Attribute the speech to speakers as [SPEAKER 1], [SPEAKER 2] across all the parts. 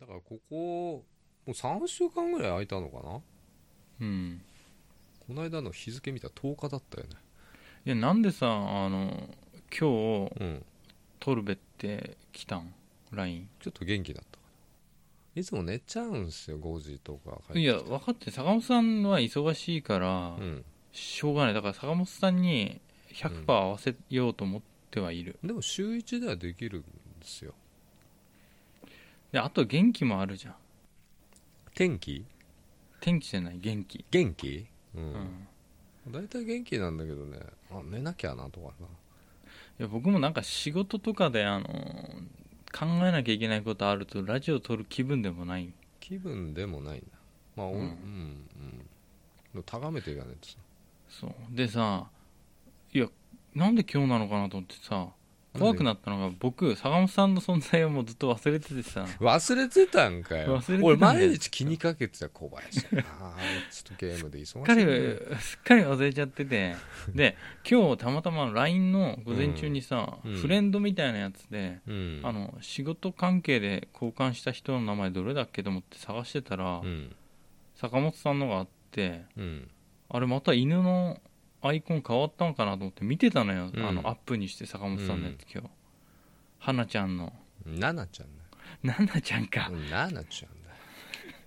[SPEAKER 1] だからここ、もう3週間ぐらい空いたのかな
[SPEAKER 2] うん
[SPEAKER 1] この間の日付見たら10日だったよね。
[SPEAKER 2] いやなんでさあの今日
[SPEAKER 1] うん。
[SPEAKER 2] トルベって来たん LINE
[SPEAKER 1] ちょっと元気だったから。いつも寝ちゃうんすよ、5時とか帰って。
[SPEAKER 2] いや分かって坂本さんは忙しいから、
[SPEAKER 1] うん。
[SPEAKER 2] しょうがないだから坂本さんに100%合わせようと思ってはいる、
[SPEAKER 1] でも週1ではできるんですよ。
[SPEAKER 2] であと元気もあるじゃん
[SPEAKER 1] 天気
[SPEAKER 2] 天気じゃない元気
[SPEAKER 1] 元気う
[SPEAKER 2] うん、
[SPEAKER 1] ん。大体、元気なんだけどね、あ、寝なきゃなとかな。
[SPEAKER 2] いや僕もなんか仕事とかであの考えなきゃいけないことあるとラジオ撮る気分でもない
[SPEAKER 1] 気分でもないんだ。まあ、おう、
[SPEAKER 2] うんん
[SPEAKER 1] うん、うん。高めていかないとさ。
[SPEAKER 2] そうでさいやなんで今日なのかなと思ってさ怖くなったのが僕坂本さんの存在をもうずっと忘れててさ
[SPEAKER 1] 忘れてたんかよ
[SPEAKER 2] 忘れてたんだよ
[SPEAKER 1] 俺毎日気にかけてた小林だなちょっとゲームで忙しい
[SPEAKER 2] すっ
[SPEAKER 1] ん
[SPEAKER 2] か
[SPEAKER 1] だ
[SPEAKER 2] り
[SPEAKER 1] よ
[SPEAKER 2] すっかり忘れちゃっ ててで今日たまたま LINE の午前中にさ、
[SPEAKER 1] うんうん
[SPEAKER 2] フレンドみたいなやつで、
[SPEAKER 1] うん
[SPEAKER 2] あの仕事関係で交換した人の名前どれだっけと思って探してたら、
[SPEAKER 1] うん
[SPEAKER 2] 坂本さんのがあって
[SPEAKER 1] うん
[SPEAKER 2] あれまた犬のアイコン変わったんかなと思って見てたのよ、
[SPEAKER 1] うん
[SPEAKER 2] あのアップにして坂本さんのやつ今日、花ちゃんの
[SPEAKER 1] 奈々ちゃんだ
[SPEAKER 2] 奈々ちゃんか
[SPEAKER 1] よ、うん奈々ちゃん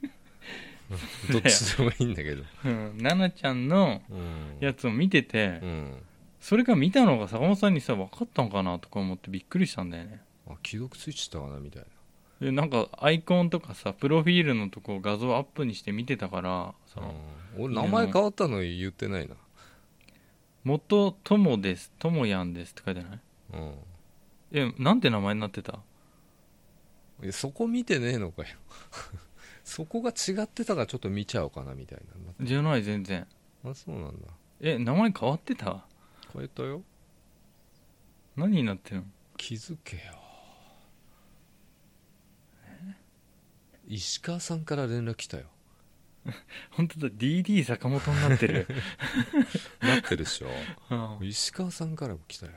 [SPEAKER 1] だよ どっちでもいいんだけど
[SPEAKER 2] うん奈々ちゃんの
[SPEAKER 1] うん
[SPEAKER 2] やつを見てて、
[SPEAKER 1] うん
[SPEAKER 2] それから見たのが坂本さんにさ分かったんかなとか思ってびっくりしたんだよね
[SPEAKER 1] あ既読ついてたかなみたいな
[SPEAKER 2] でなんかアイコンとかさプロフィールのとこ画像アップにして見てたからさ、
[SPEAKER 1] うん俺名前変わったの言ってないな
[SPEAKER 2] 元友です友やんですって書いてない
[SPEAKER 1] うん
[SPEAKER 2] えなんて名前になってた
[SPEAKER 1] えそこ見てねえのかよ そこが違ってたからちょっと見ちゃおうかなみたい
[SPEAKER 2] じゃない全然
[SPEAKER 1] なあそうなんだ
[SPEAKER 2] え名前変わってた
[SPEAKER 1] 変えたよ
[SPEAKER 2] 何になってるの
[SPEAKER 1] 気づけよ石川さんから連絡来たよ
[SPEAKER 2] 本当だ DD 坂本になっ てる、
[SPEAKER 1] なってるでしょ
[SPEAKER 2] うん
[SPEAKER 1] 石川さんからも来たよ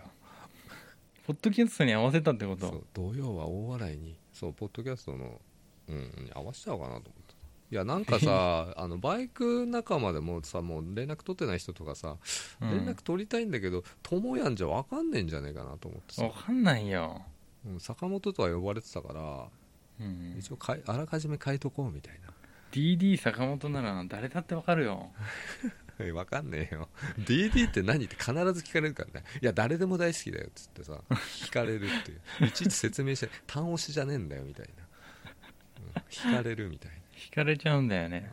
[SPEAKER 2] ポッドキャストに合わせたってこと
[SPEAKER 1] そう土曜は大笑いにそうポッドキャストのうんうん合わせちゃおうかなと思ったいやなんか さあのバイク仲間でもさもう連絡取ってない人とかさ
[SPEAKER 2] うん
[SPEAKER 1] 連絡取りたいんだけどともやんじゃ分かんねえんじゃねえかなと思ってさ
[SPEAKER 2] わ、かんないよ、
[SPEAKER 1] うん坂本とは呼ばれてたから
[SPEAKER 2] うん、
[SPEAKER 1] 一応かいあらかじめ書いとこうみたいな
[SPEAKER 2] DD 坂本なら誰だってわかるよ
[SPEAKER 1] え わかんねえよ DD って何って必ず聞かれるからねいや誰でも大好きだよっつってさ聞かれるって いういちいち説明して単押しじゃねえんだよみたいな、うん、聞かれるみたい
[SPEAKER 2] 惹かれちゃうんだよね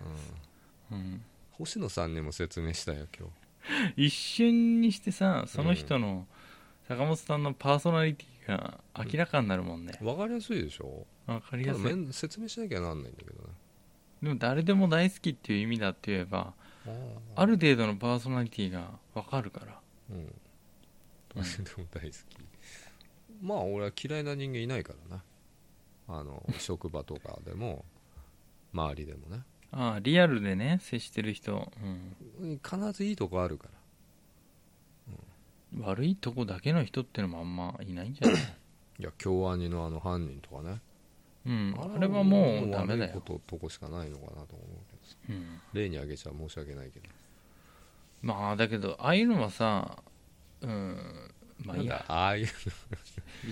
[SPEAKER 1] な、、うん、
[SPEAKER 2] うん、
[SPEAKER 1] 星野さんにも説明したよ今
[SPEAKER 2] 一瞬にしてさその人の坂本さんのパーソナリティが明らかになるもんね
[SPEAKER 1] 日わかりやすいでしょ
[SPEAKER 2] わかり
[SPEAKER 1] た
[SPEAKER 2] や
[SPEAKER 1] だ
[SPEAKER 2] すい
[SPEAKER 1] めん説明しなきゃなんないんだけどね
[SPEAKER 2] でも誰でも大好きっていう意味だって言えば
[SPEAKER 1] あー
[SPEAKER 2] ある程度のパーソナリティがわかるから
[SPEAKER 1] うん誰でも大好きまあ俺は嫌いな人間いないからなあの職場とかでも周りでもね
[SPEAKER 2] ああリアルでね接してる人、
[SPEAKER 1] 必ずいいとこあるから
[SPEAKER 2] うん、悪いとこだけの人ってのもあんまいないん じゃない
[SPEAKER 1] いや京アニのあの犯人とかね
[SPEAKER 2] うんあれはもうダメだ
[SPEAKER 1] 悪いこ
[SPEAKER 2] よ、
[SPEAKER 1] ととこしかないのかなと思うけどさ
[SPEAKER 2] うん、
[SPEAKER 1] 例に挙げちゃ申し訳ないけど
[SPEAKER 2] まあだけどああいうのはさうんまあいい
[SPEAKER 1] なん
[SPEAKER 2] や
[SPEAKER 1] だああいう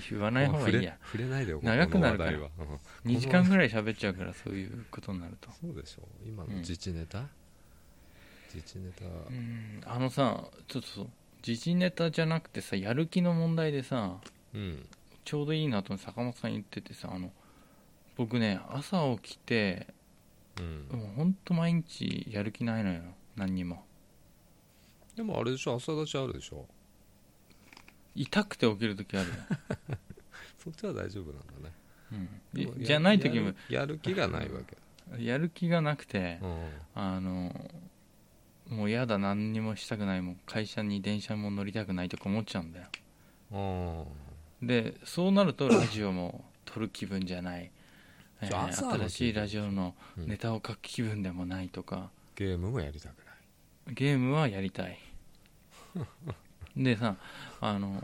[SPEAKER 2] 言わない方がいいや
[SPEAKER 1] 触れ触れないでおこう
[SPEAKER 2] 長くなるから
[SPEAKER 1] この話題はうん
[SPEAKER 2] 2時間ぐらい喋っちゃうからそういうことになると
[SPEAKER 1] そうでしょ今の自治ネタ、自治ネタ
[SPEAKER 2] うんあのさちょっと時事ネタじゃなくてさやる気の問題でさ
[SPEAKER 1] うん
[SPEAKER 2] ちょうどいいなと坂本さん言っててさあの僕ね朝起きて
[SPEAKER 1] うん、
[SPEAKER 2] もうほんと毎日やる気ないのよ何にも
[SPEAKER 1] でもあれでしょ朝立ちあるでしょ
[SPEAKER 2] 痛くて起きる時あ るよ、
[SPEAKER 1] そっちは大丈夫なんだね
[SPEAKER 2] うん
[SPEAKER 1] で
[SPEAKER 2] い
[SPEAKER 1] も、や
[SPEAKER 2] じゃない時も
[SPEAKER 1] やるやる気がないわけ
[SPEAKER 2] やる気がなくて
[SPEAKER 1] うん
[SPEAKER 2] あのもうやだ何にもしたくないもう会社に電車も乗りたくないとか思っちゃうんだよ
[SPEAKER 1] うん
[SPEAKER 2] でそうなる とラジオも撮る気分じゃない、え
[SPEAKER 1] じゃあ
[SPEAKER 2] ー
[SPEAKER 1] 朝の気分
[SPEAKER 2] 新しいラジオの
[SPEAKER 1] うん
[SPEAKER 2] ネタを書く気分でもないとか、
[SPEAKER 1] ゲームもやりたくない
[SPEAKER 2] ゲームはやりたい でさあの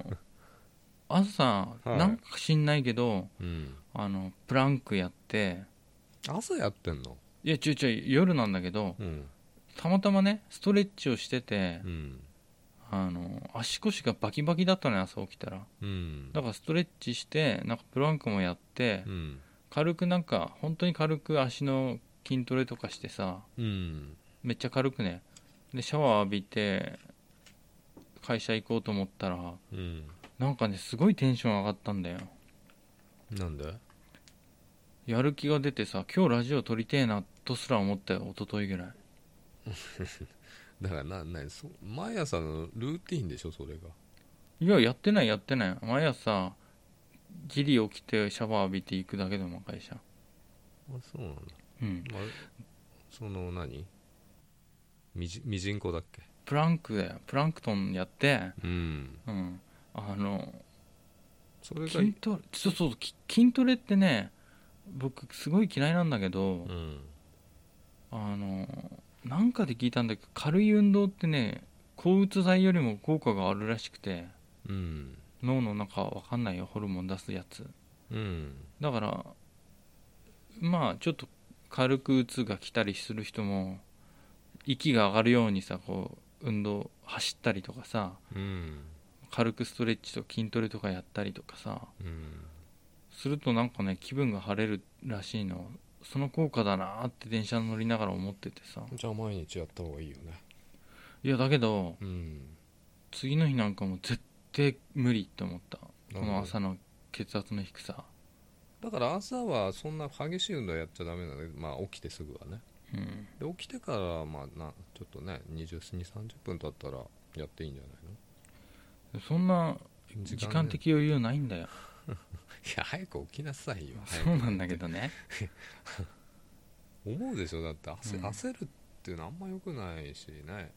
[SPEAKER 2] 朝、
[SPEAKER 1] はい
[SPEAKER 2] なんか知んないけど
[SPEAKER 1] うん
[SPEAKER 2] あのプランクやって
[SPEAKER 1] 朝やってんの
[SPEAKER 2] いやちょいちょい夜なんだけど
[SPEAKER 1] うん
[SPEAKER 2] たまたまねストレッチをしてて
[SPEAKER 1] う、ん
[SPEAKER 2] あの足腰がバキバキだったのよ朝起きたら
[SPEAKER 1] うん
[SPEAKER 2] だからストレッチしてなんかプランクもやって、
[SPEAKER 1] うん
[SPEAKER 2] 軽くなんか本当に軽く足の筋トレとかしてさ
[SPEAKER 1] うん
[SPEAKER 2] めっちゃ軽くねでシャワー浴びて会社行こうと思ったら
[SPEAKER 1] うん
[SPEAKER 2] なんかねすごいテンション上がったんだよ
[SPEAKER 1] なんで
[SPEAKER 2] やる気が出てさ今日ラジオ撮りてえなとすら思ったよ一昨日ぐらい
[SPEAKER 1] だからななそ毎朝のルーティンでしょそれが
[SPEAKER 2] いややってないやってない毎朝ギリ起きてシャワー浴びて行くだけでもん会社
[SPEAKER 1] あそうなんだ、
[SPEAKER 2] うん
[SPEAKER 1] まあ、その何みじみじんこだっけ
[SPEAKER 2] プランクだよプランクトンやって
[SPEAKER 1] うん
[SPEAKER 2] うんあの
[SPEAKER 1] それが
[SPEAKER 2] 筋トレそうそうき筋トレってね僕すごい嫌いなんだけど、
[SPEAKER 1] うん
[SPEAKER 2] あのなんかで聞いたんだけど軽い運動ってね抗うつ剤よりも効果があるらしくて
[SPEAKER 1] うん
[SPEAKER 2] 脳の中わかんないよホルモン出すやつ
[SPEAKER 1] うん
[SPEAKER 2] だからまあちょっと軽くうつが来たりする人も息が上がるようにさこう運動走ったりとかさ
[SPEAKER 1] うん
[SPEAKER 2] 軽くストレッチと筋トレとかやったりとかさ
[SPEAKER 1] うん
[SPEAKER 2] するとなんかね気分が晴れるらしいのその効果だなーって電車乗りながら思っててさ
[SPEAKER 1] じゃあ毎日やった方がいいよね
[SPEAKER 2] いやだけど
[SPEAKER 1] うん
[SPEAKER 2] 次の日なんかもう絶対無理って思ったこの
[SPEAKER 1] な
[SPEAKER 2] 朝の血圧の低さ
[SPEAKER 1] だから朝はそんな激しい運動はやっちゃダメなので、まあ、起きてすぐはね
[SPEAKER 2] うん
[SPEAKER 1] で起きてからはまあなちょっとね2030分経ったらやっていいんじゃないの
[SPEAKER 2] そんな
[SPEAKER 1] 時間ね
[SPEAKER 2] 時間的余裕ないんだよ
[SPEAKER 1] いや早く起きなさい よ早く
[SPEAKER 2] そうなんだけどね
[SPEAKER 1] 思うでしょだって焦,、
[SPEAKER 2] うん
[SPEAKER 1] 焦るっていうのあんま良くないしね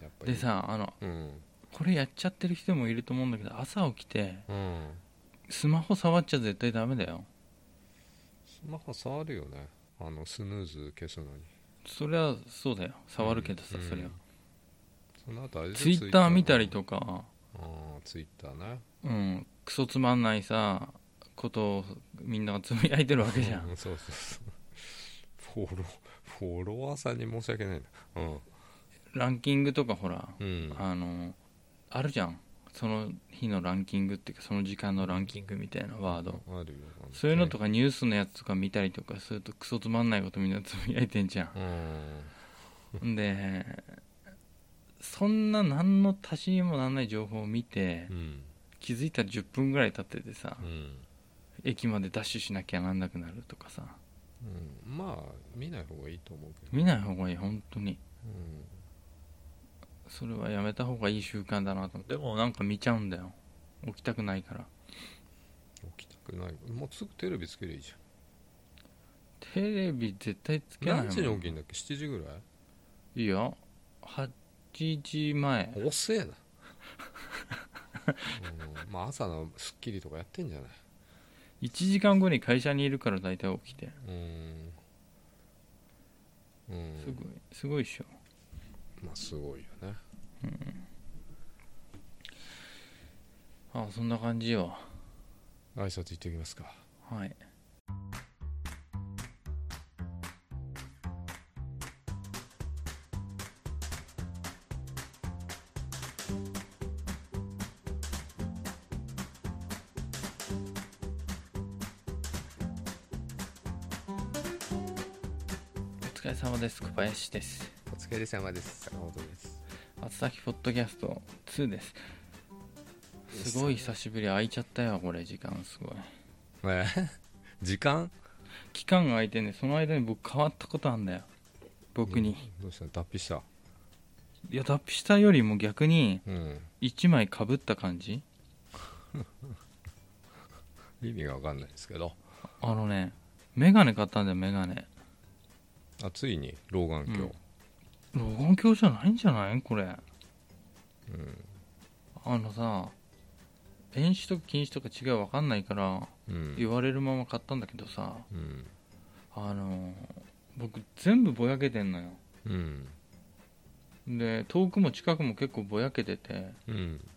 [SPEAKER 1] やっぱり
[SPEAKER 2] でさあの
[SPEAKER 1] うん
[SPEAKER 2] これやっちゃってる人もいると思うんだけど朝起きて
[SPEAKER 1] うん
[SPEAKER 2] スマホ触っちゃ絶対ダメだよ
[SPEAKER 1] スマホ触るよねあのスヌーズ消すのに
[SPEAKER 2] それはそうだよ触るけどさ、
[SPEAKER 1] うん
[SPEAKER 2] それは
[SPEAKER 1] その後あれで
[SPEAKER 2] ツイッター見たりとか
[SPEAKER 1] ああツイッターね
[SPEAKER 2] うんクソつまんないさことをみんながつぶやいてるわけじゃん
[SPEAKER 1] うそうそうそうフォローフォロワーさんに申し訳ないなうん
[SPEAKER 2] ランキングとかほら
[SPEAKER 1] うん
[SPEAKER 2] あのあるじゃんその日のランキングっていうかその時間のランキングみたいなワード
[SPEAKER 1] あるよあ
[SPEAKER 2] そういうのと
[SPEAKER 1] か
[SPEAKER 2] かニュースのやつとか見たりとかするとクソつまんないことみんなつぶやいてんじゃ
[SPEAKER 1] うん
[SPEAKER 2] んんでそんな何の足しにもなんない情報を見て
[SPEAKER 1] うん
[SPEAKER 2] 気づいたら10分ぐらい経っててさ
[SPEAKER 1] うん、
[SPEAKER 2] 駅までダッシュしなきゃなんなくなるとかさ
[SPEAKER 1] うん、まあ見ない方がいいと思うけど
[SPEAKER 2] 見ない方がいい本当に
[SPEAKER 1] うん
[SPEAKER 2] それはやめた方がいい習慣だなと思ってでもなんか見ちゃうんだよ起きたくないから
[SPEAKER 1] 起きたくないもうすぐテレビつけりゃいいじ
[SPEAKER 2] テレビ絶対つ
[SPEAKER 1] ゃ
[SPEAKER 2] けない
[SPEAKER 1] ん
[SPEAKER 2] もん
[SPEAKER 1] 何時に起きるんだっけ7時ぐらい
[SPEAKER 2] いいよ8時前
[SPEAKER 1] 遅 えな、うん、まあ朝の『スッキリ』とかやってんじゃない
[SPEAKER 2] 1時間後に会社にいるから大体起きて
[SPEAKER 1] うんうん
[SPEAKER 2] すごいすごいっしょ
[SPEAKER 1] まあすごいよね
[SPEAKER 2] あそんな感じよ
[SPEAKER 1] 挨拶行ってきますか
[SPEAKER 2] はいお疲れ様です小林です
[SPEAKER 1] お疲れ様です坂本です
[SPEAKER 2] 厚崎ポッドキャスト2ですすごい久しぶり空いちゃったよこれ時間すごい
[SPEAKER 1] え 時間
[SPEAKER 2] 期間が空いてねその間に僕変わったことあんだよ僕に、
[SPEAKER 1] どうしたの脱皮した
[SPEAKER 2] いや脱皮したよりも逆に
[SPEAKER 1] うん
[SPEAKER 2] 1枚かぶった感じ
[SPEAKER 1] 意味が分かんないですけど
[SPEAKER 2] あのね眼鏡買ったんだよ眼鏡
[SPEAKER 1] あついに老眼鏡
[SPEAKER 2] 老眼鏡じゃないんじゃないこれ
[SPEAKER 1] うん、
[SPEAKER 2] あのさ遠視とか近視とか違う分かんないから
[SPEAKER 1] うん
[SPEAKER 2] 言われるまま買ったんだけどさ
[SPEAKER 1] うん
[SPEAKER 2] あの僕全部ぼやけてんのよ
[SPEAKER 1] うん
[SPEAKER 2] で遠くも近くも結構ぼやけてて
[SPEAKER 1] うん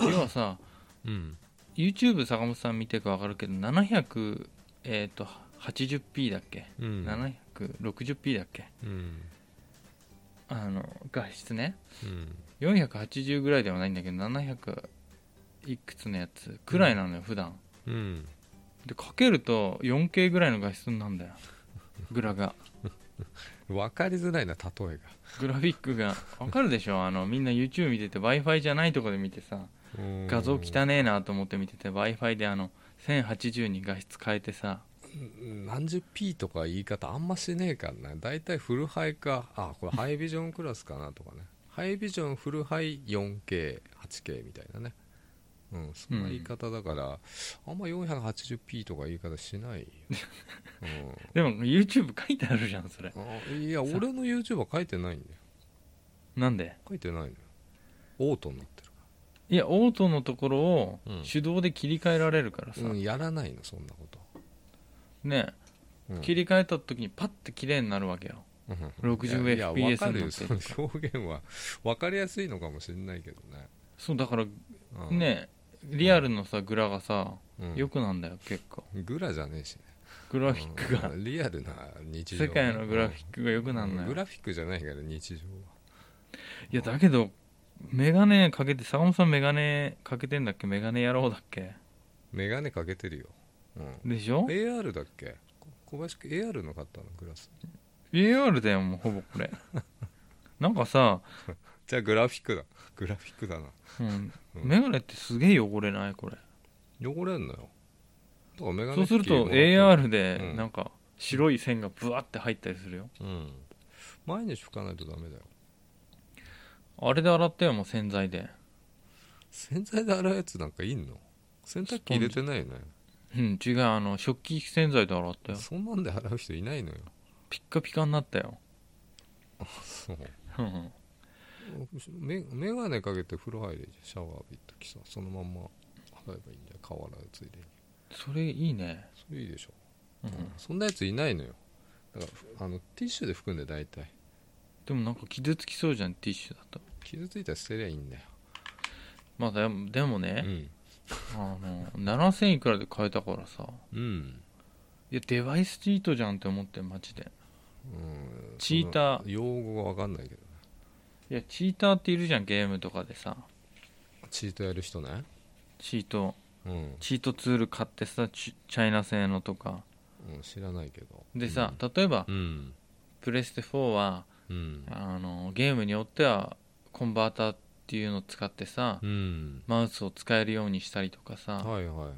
[SPEAKER 2] 要はさ
[SPEAKER 1] うん
[SPEAKER 2] YouTube 坂本さん見てるか分かるけど700えっ、と 80p だっけ、
[SPEAKER 1] うん
[SPEAKER 2] 760p だっけ
[SPEAKER 1] うん
[SPEAKER 2] あの画質ね
[SPEAKER 1] うん
[SPEAKER 2] 480ぐらいではないんだけど700いくつのやつくらいなのよ、普段
[SPEAKER 1] うん
[SPEAKER 2] でかけると 4K ぐらいの画質にな るんだよグラが
[SPEAKER 1] 分かりづらいな例えが
[SPEAKER 2] グラフィックがわかるでしょあのみんな YouTube 見てて w i f i じゃないとこで見てさ
[SPEAKER 1] うん
[SPEAKER 2] 画像汚ねえなと思って見てて w i f i であの1080に画質変えてさ
[SPEAKER 1] 何十 P とか言い方あんましねえからな大体フルハイかあ これハイビジョンクラスかなとかねハイビジョンフルハイ 4K8K みたいなねうんそんな言い方だから、あんま 480P とか言い方し ないよ、
[SPEAKER 2] でも YouTube 書いてあるじゃんそれ
[SPEAKER 1] うん、あいや俺の YouTube は書いてないんだよ
[SPEAKER 2] なんで
[SPEAKER 1] 書いてないのよオートになってる
[SPEAKER 2] いやオートのところを
[SPEAKER 1] うん
[SPEAKER 2] 手動で切り替えられるからさ、
[SPEAKER 1] うん、やらないのそんなこと、
[SPEAKER 2] ね
[SPEAKER 1] うん、
[SPEAKER 2] 切り替えた時にパッて綺麗になるわけよ
[SPEAKER 1] うん
[SPEAKER 2] 60fps
[SPEAKER 1] いやいやわかるよ
[SPEAKER 2] になって
[SPEAKER 1] そ
[SPEAKER 2] る
[SPEAKER 1] の表現は分かりやすいのかもしれないけどね
[SPEAKER 2] そうだから
[SPEAKER 1] うん、
[SPEAKER 2] ねリアルのさグラがさ
[SPEAKER 1] うん
[SPEAKER 2] よくなんだよ結構
[SPEAKER 1] グラじゃねえしね
[SPEAKER 2] グラフィックが
[SPEAKER 1] うんリアルな日常
[SPEAKER 2] 世界のグラフィックがよくなん
[SPEAKER 1] う
[SPEAKER 2] の
[SPEAKER 1] んグ
[SPEAKER 2] よ
[SPEAKER 1] ラフィックじゃないから日常
[SPEAKER 2] いやだけどメガネかけて坂本さんメガネかけてんだっけメガネ野郎だっけ
[SPEAKER 1] メガネかけてるよ、うん、
[SPEAKER 2] でしょ
[SPEAKER 1] AR だっけこ小林君 AR の買ったのグラス
[SPEAKER 2] AR だよもうほぼ これなんかさ、
[SPEAKER 1] じゃあグラフィックだグラフィックだな
[SPEAKER 2] うん、
[SPEAKER 1] うん
[SPEAKER 2] メガネってすげえ汚れないこれ
[SPEAKER 1] 汚れんのよだからメガネ
[SPEAKER 2] そうすると
[SPEAKER 1] 拭きもらっ
[SPEAKER 2] AR で
[SPEAKER 1] うん
[SPEAKER 2] なんか白い線がブワって入ったりするよ
[SPEAKER 1] たうん毎日拭かないとダメだよ
[SPEAKER 2] あれで洗ったよもう洗剤で
[SPEAKER 1] 洗剤で洗うやつなんかいんの洗濯機入れてないよね
[SPEAKER 2] うん違うあの食器洗剤で洗ったよ
[SPEAKER 1] そんなんで洗う人いないのよ
[SPEAKER 2] ピッカピカになったよ
[SPEAKER 1] そう
[SPEAKER 2] うん
[SPEAKER 1] メメガネかけて風呂入れシャワー浴びときさそのまんま洗えばいいんだよ顔洗うついでに
[SPEAKER 2] それいいね
[SPEAKER 1] それいいでしょ、
[SPEAKER 2] うん
[SPEAKER 1] そんなやついないのよだからふあのティッシュで含んで大体
[SPEAKER 2] でもなんか傷つきそうじゃんティッシュだと
[SPEAKER 1] 傷ついたら捨てりゃいいんだよ
[SPEAKER 2] まあでもでも
[SPEAKER 1] う
[SPEAKER 2] ね、
[SPEAKER 1] ん
[SPEAKER 2] あの7000いくらで買えたからさ
[SPEAKER 1] うん、
[SPEAKER 2] いやデバイスチートじゃんって思ってマジで
[SPEAKER 1] うん、
[SPEAKER 2] チーター
[SPEAKER 1] その用語が分かんないけどね
[SPEAKER 2] いやチーターっているじゃんゲームとかでさ
[SPEAKER 1] チートやる人ね
[SPEAKER 2] チート
[SPEAKER 1] うん、
[SPEAKER 2] チートツール買ってさチチャイナ製のとか
[SPEAKER 1] うん、知らないけど
[SPEAKER 2] でさ、例えば、
[SPEAKER 1] うん
[SPEAKER 2] プレステ4は
[SPEAKER 1] うん
[SPEAKER 2] あのゲームによってはコンバーターっていうのを使ってさ、
[SPEAKER 1] うん、
[SPEAKER 2] マウスを使えるようにしたりとかさ、
[SPEAKER 1] はいはいはい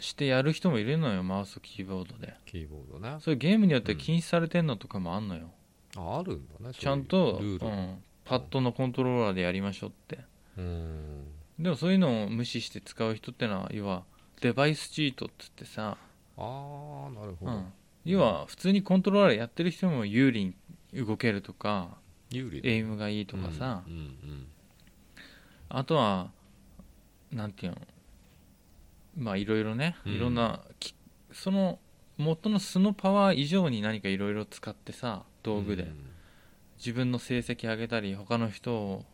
[SPEAKER 2] してやる人もいるのよマウスとキーボードで
[SPEAKER 1] キーボードね
[SPEAKER 2] そういうゲームによって禁止されてんのとかもあんのよ、
[SPEAKER 1] ああるんだねそういう
[SPEAKER 2] ちゃんと、
[SPEAKER 1] ルー
[SPEAKER 2] う
[SPEAKER 1] ル
[SPEAKER 2] んパッドのコントローラーでやりましょうって
[SPEAKER 1] うん
[SPEAKER 2] でもそういうのを無視して使う人ってのは要はデバイスチートっつってさ、
[SPEAKER 1] ああなるほ
[SPEAKER 2] う
[SPEAKER 1] ど、
[SPEAKER 2] ん、要は普通にコントローラーやってる人も有利に動けるとか
[SPEAKER 1] 有利だ
[SPEAKER 2] エイムがいいとかさ、
[SPEAKER 1] うんうん
[SPEAKER 2] あとはなんていうのまあいろいろね
[SPEAKER 1] うん
[SPEAKER 2] いろんな、きその元の素のパワー以上に何かいろいろ使ってさ道具で、
[SPEAKER 1] うん
[SPEAKER 2] 自分の成績上げたり他の 人を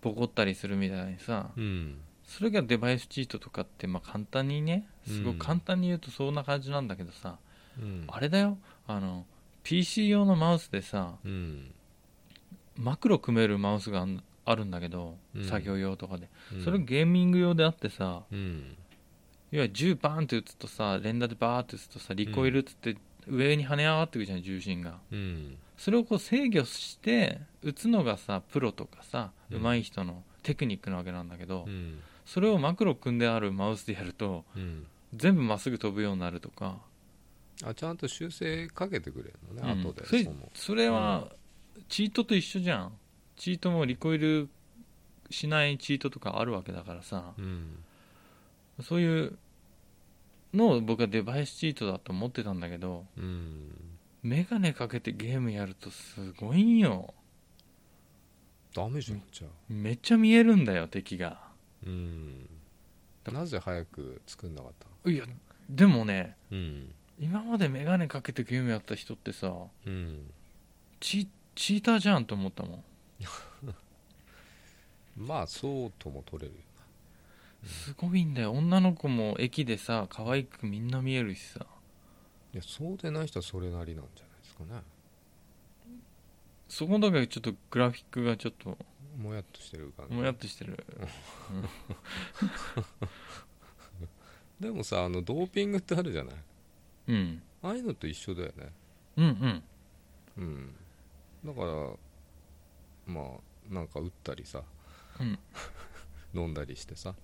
[SPEAKER 2] ボコったりするみたいにさ
[SPEAKER 1] うん
[SPEAKER 2] それがデバイスチートとかってまあ簡単にねすご
[SPEAKER 1] うん
[SPEAKER 2] く簡単に言うとそんな感じなんだけどさ、
[SPEAKER 1] うん
[SPEAKER 2] あれだよあの PC 用のマウスでさ
[SPEAKER 1] うん
[SPEAKER 2] マクロ組めるマウスがあんあるんだけど、
[SPEAKER 1] うん
[SPEAKER 2] 作業用とかで
[SPEAKER 1] うん
[SPEAKER 2] それゲーミング用であってさ、
[SPEAKER 1] うん
[SPEAKER 2] 要は銃バーンって打つとさ連打でバーって打つとさリコイルっつって上に跳ね上がってくじゃん重心が
[SPEAKER 1] うん
[SPEAKER 2] それをこう制御して打つのがさプロとかさ
[SPEAKER 1] うん
[SPEAKER 2] 上手い人のテクニックなわけなんだけど、
[SPEAKER 1] うん
[SPEAKER 2] それをマクロ組んであるマウスでやると
[SPEAKER 1] うん
[SPEAKER 2] 全部まっすぐ飛ぶようになるとか、
[SPEAKER 1] あちゃんと修正かけてくれるの
[SPEAKER 2] うん
[SPEAKER 1] ね後で
[SPEAKER 2] それ
[SPEAKER 1] その
[SPEAKER 2] それはチートと一緒じゃんチートもリコイルしないチートとかあるわけだからさ
[SPEAKER 1] うん
[SPEAKER 2] そういうのを僕はデバイスチートだと思ってたんだけど
[SPEAKER 1] うん
[SPEAKER 2] メガネかけてゲームやるとすごいんよ
[SPEAKER 1] ダメじゃんじゃあ
[SPEAKER 2] めっちゃ見えるんだよ敵が
[SPEAKER 1] うんなぜ早く作んなかったの
[SPEAKER 2] いやでもね
[SPEAKER 1] うん
[SPEAKER 2] 今までメガネかけてゲームやった人ってさ
[SPEAKER 1] うん
[SPEAKER 2] チチーターじゃんと思ったもん
[SPEAKER 1] まあそうとも取れるよ
[SPEAKER 2] すごいんだよ女の子も駅でさ可愛くみんな見えるしさ
[SPEAKER 1] いやそうでない人はそれなりなんじゃないですかね
[SPEAKER 2] そこだけちょっとグラフィックがちょっと
[SPEAKER 1] もやっとしてる感じ
[SPEAKER 2] もやっとしてる
[SPEAKER 1] でもさあのドーピングってあるじゃない
[SPEAKER 2] うん
[SPEAKER 1] ああいうのと一緒だよね
[SPEAKER 2] うんうん
[SPEAKER 1] うんだからまあなんか打ったりさ
[SPEAKER 2] うん
[SPEAKER 1] 飲んだりしてさ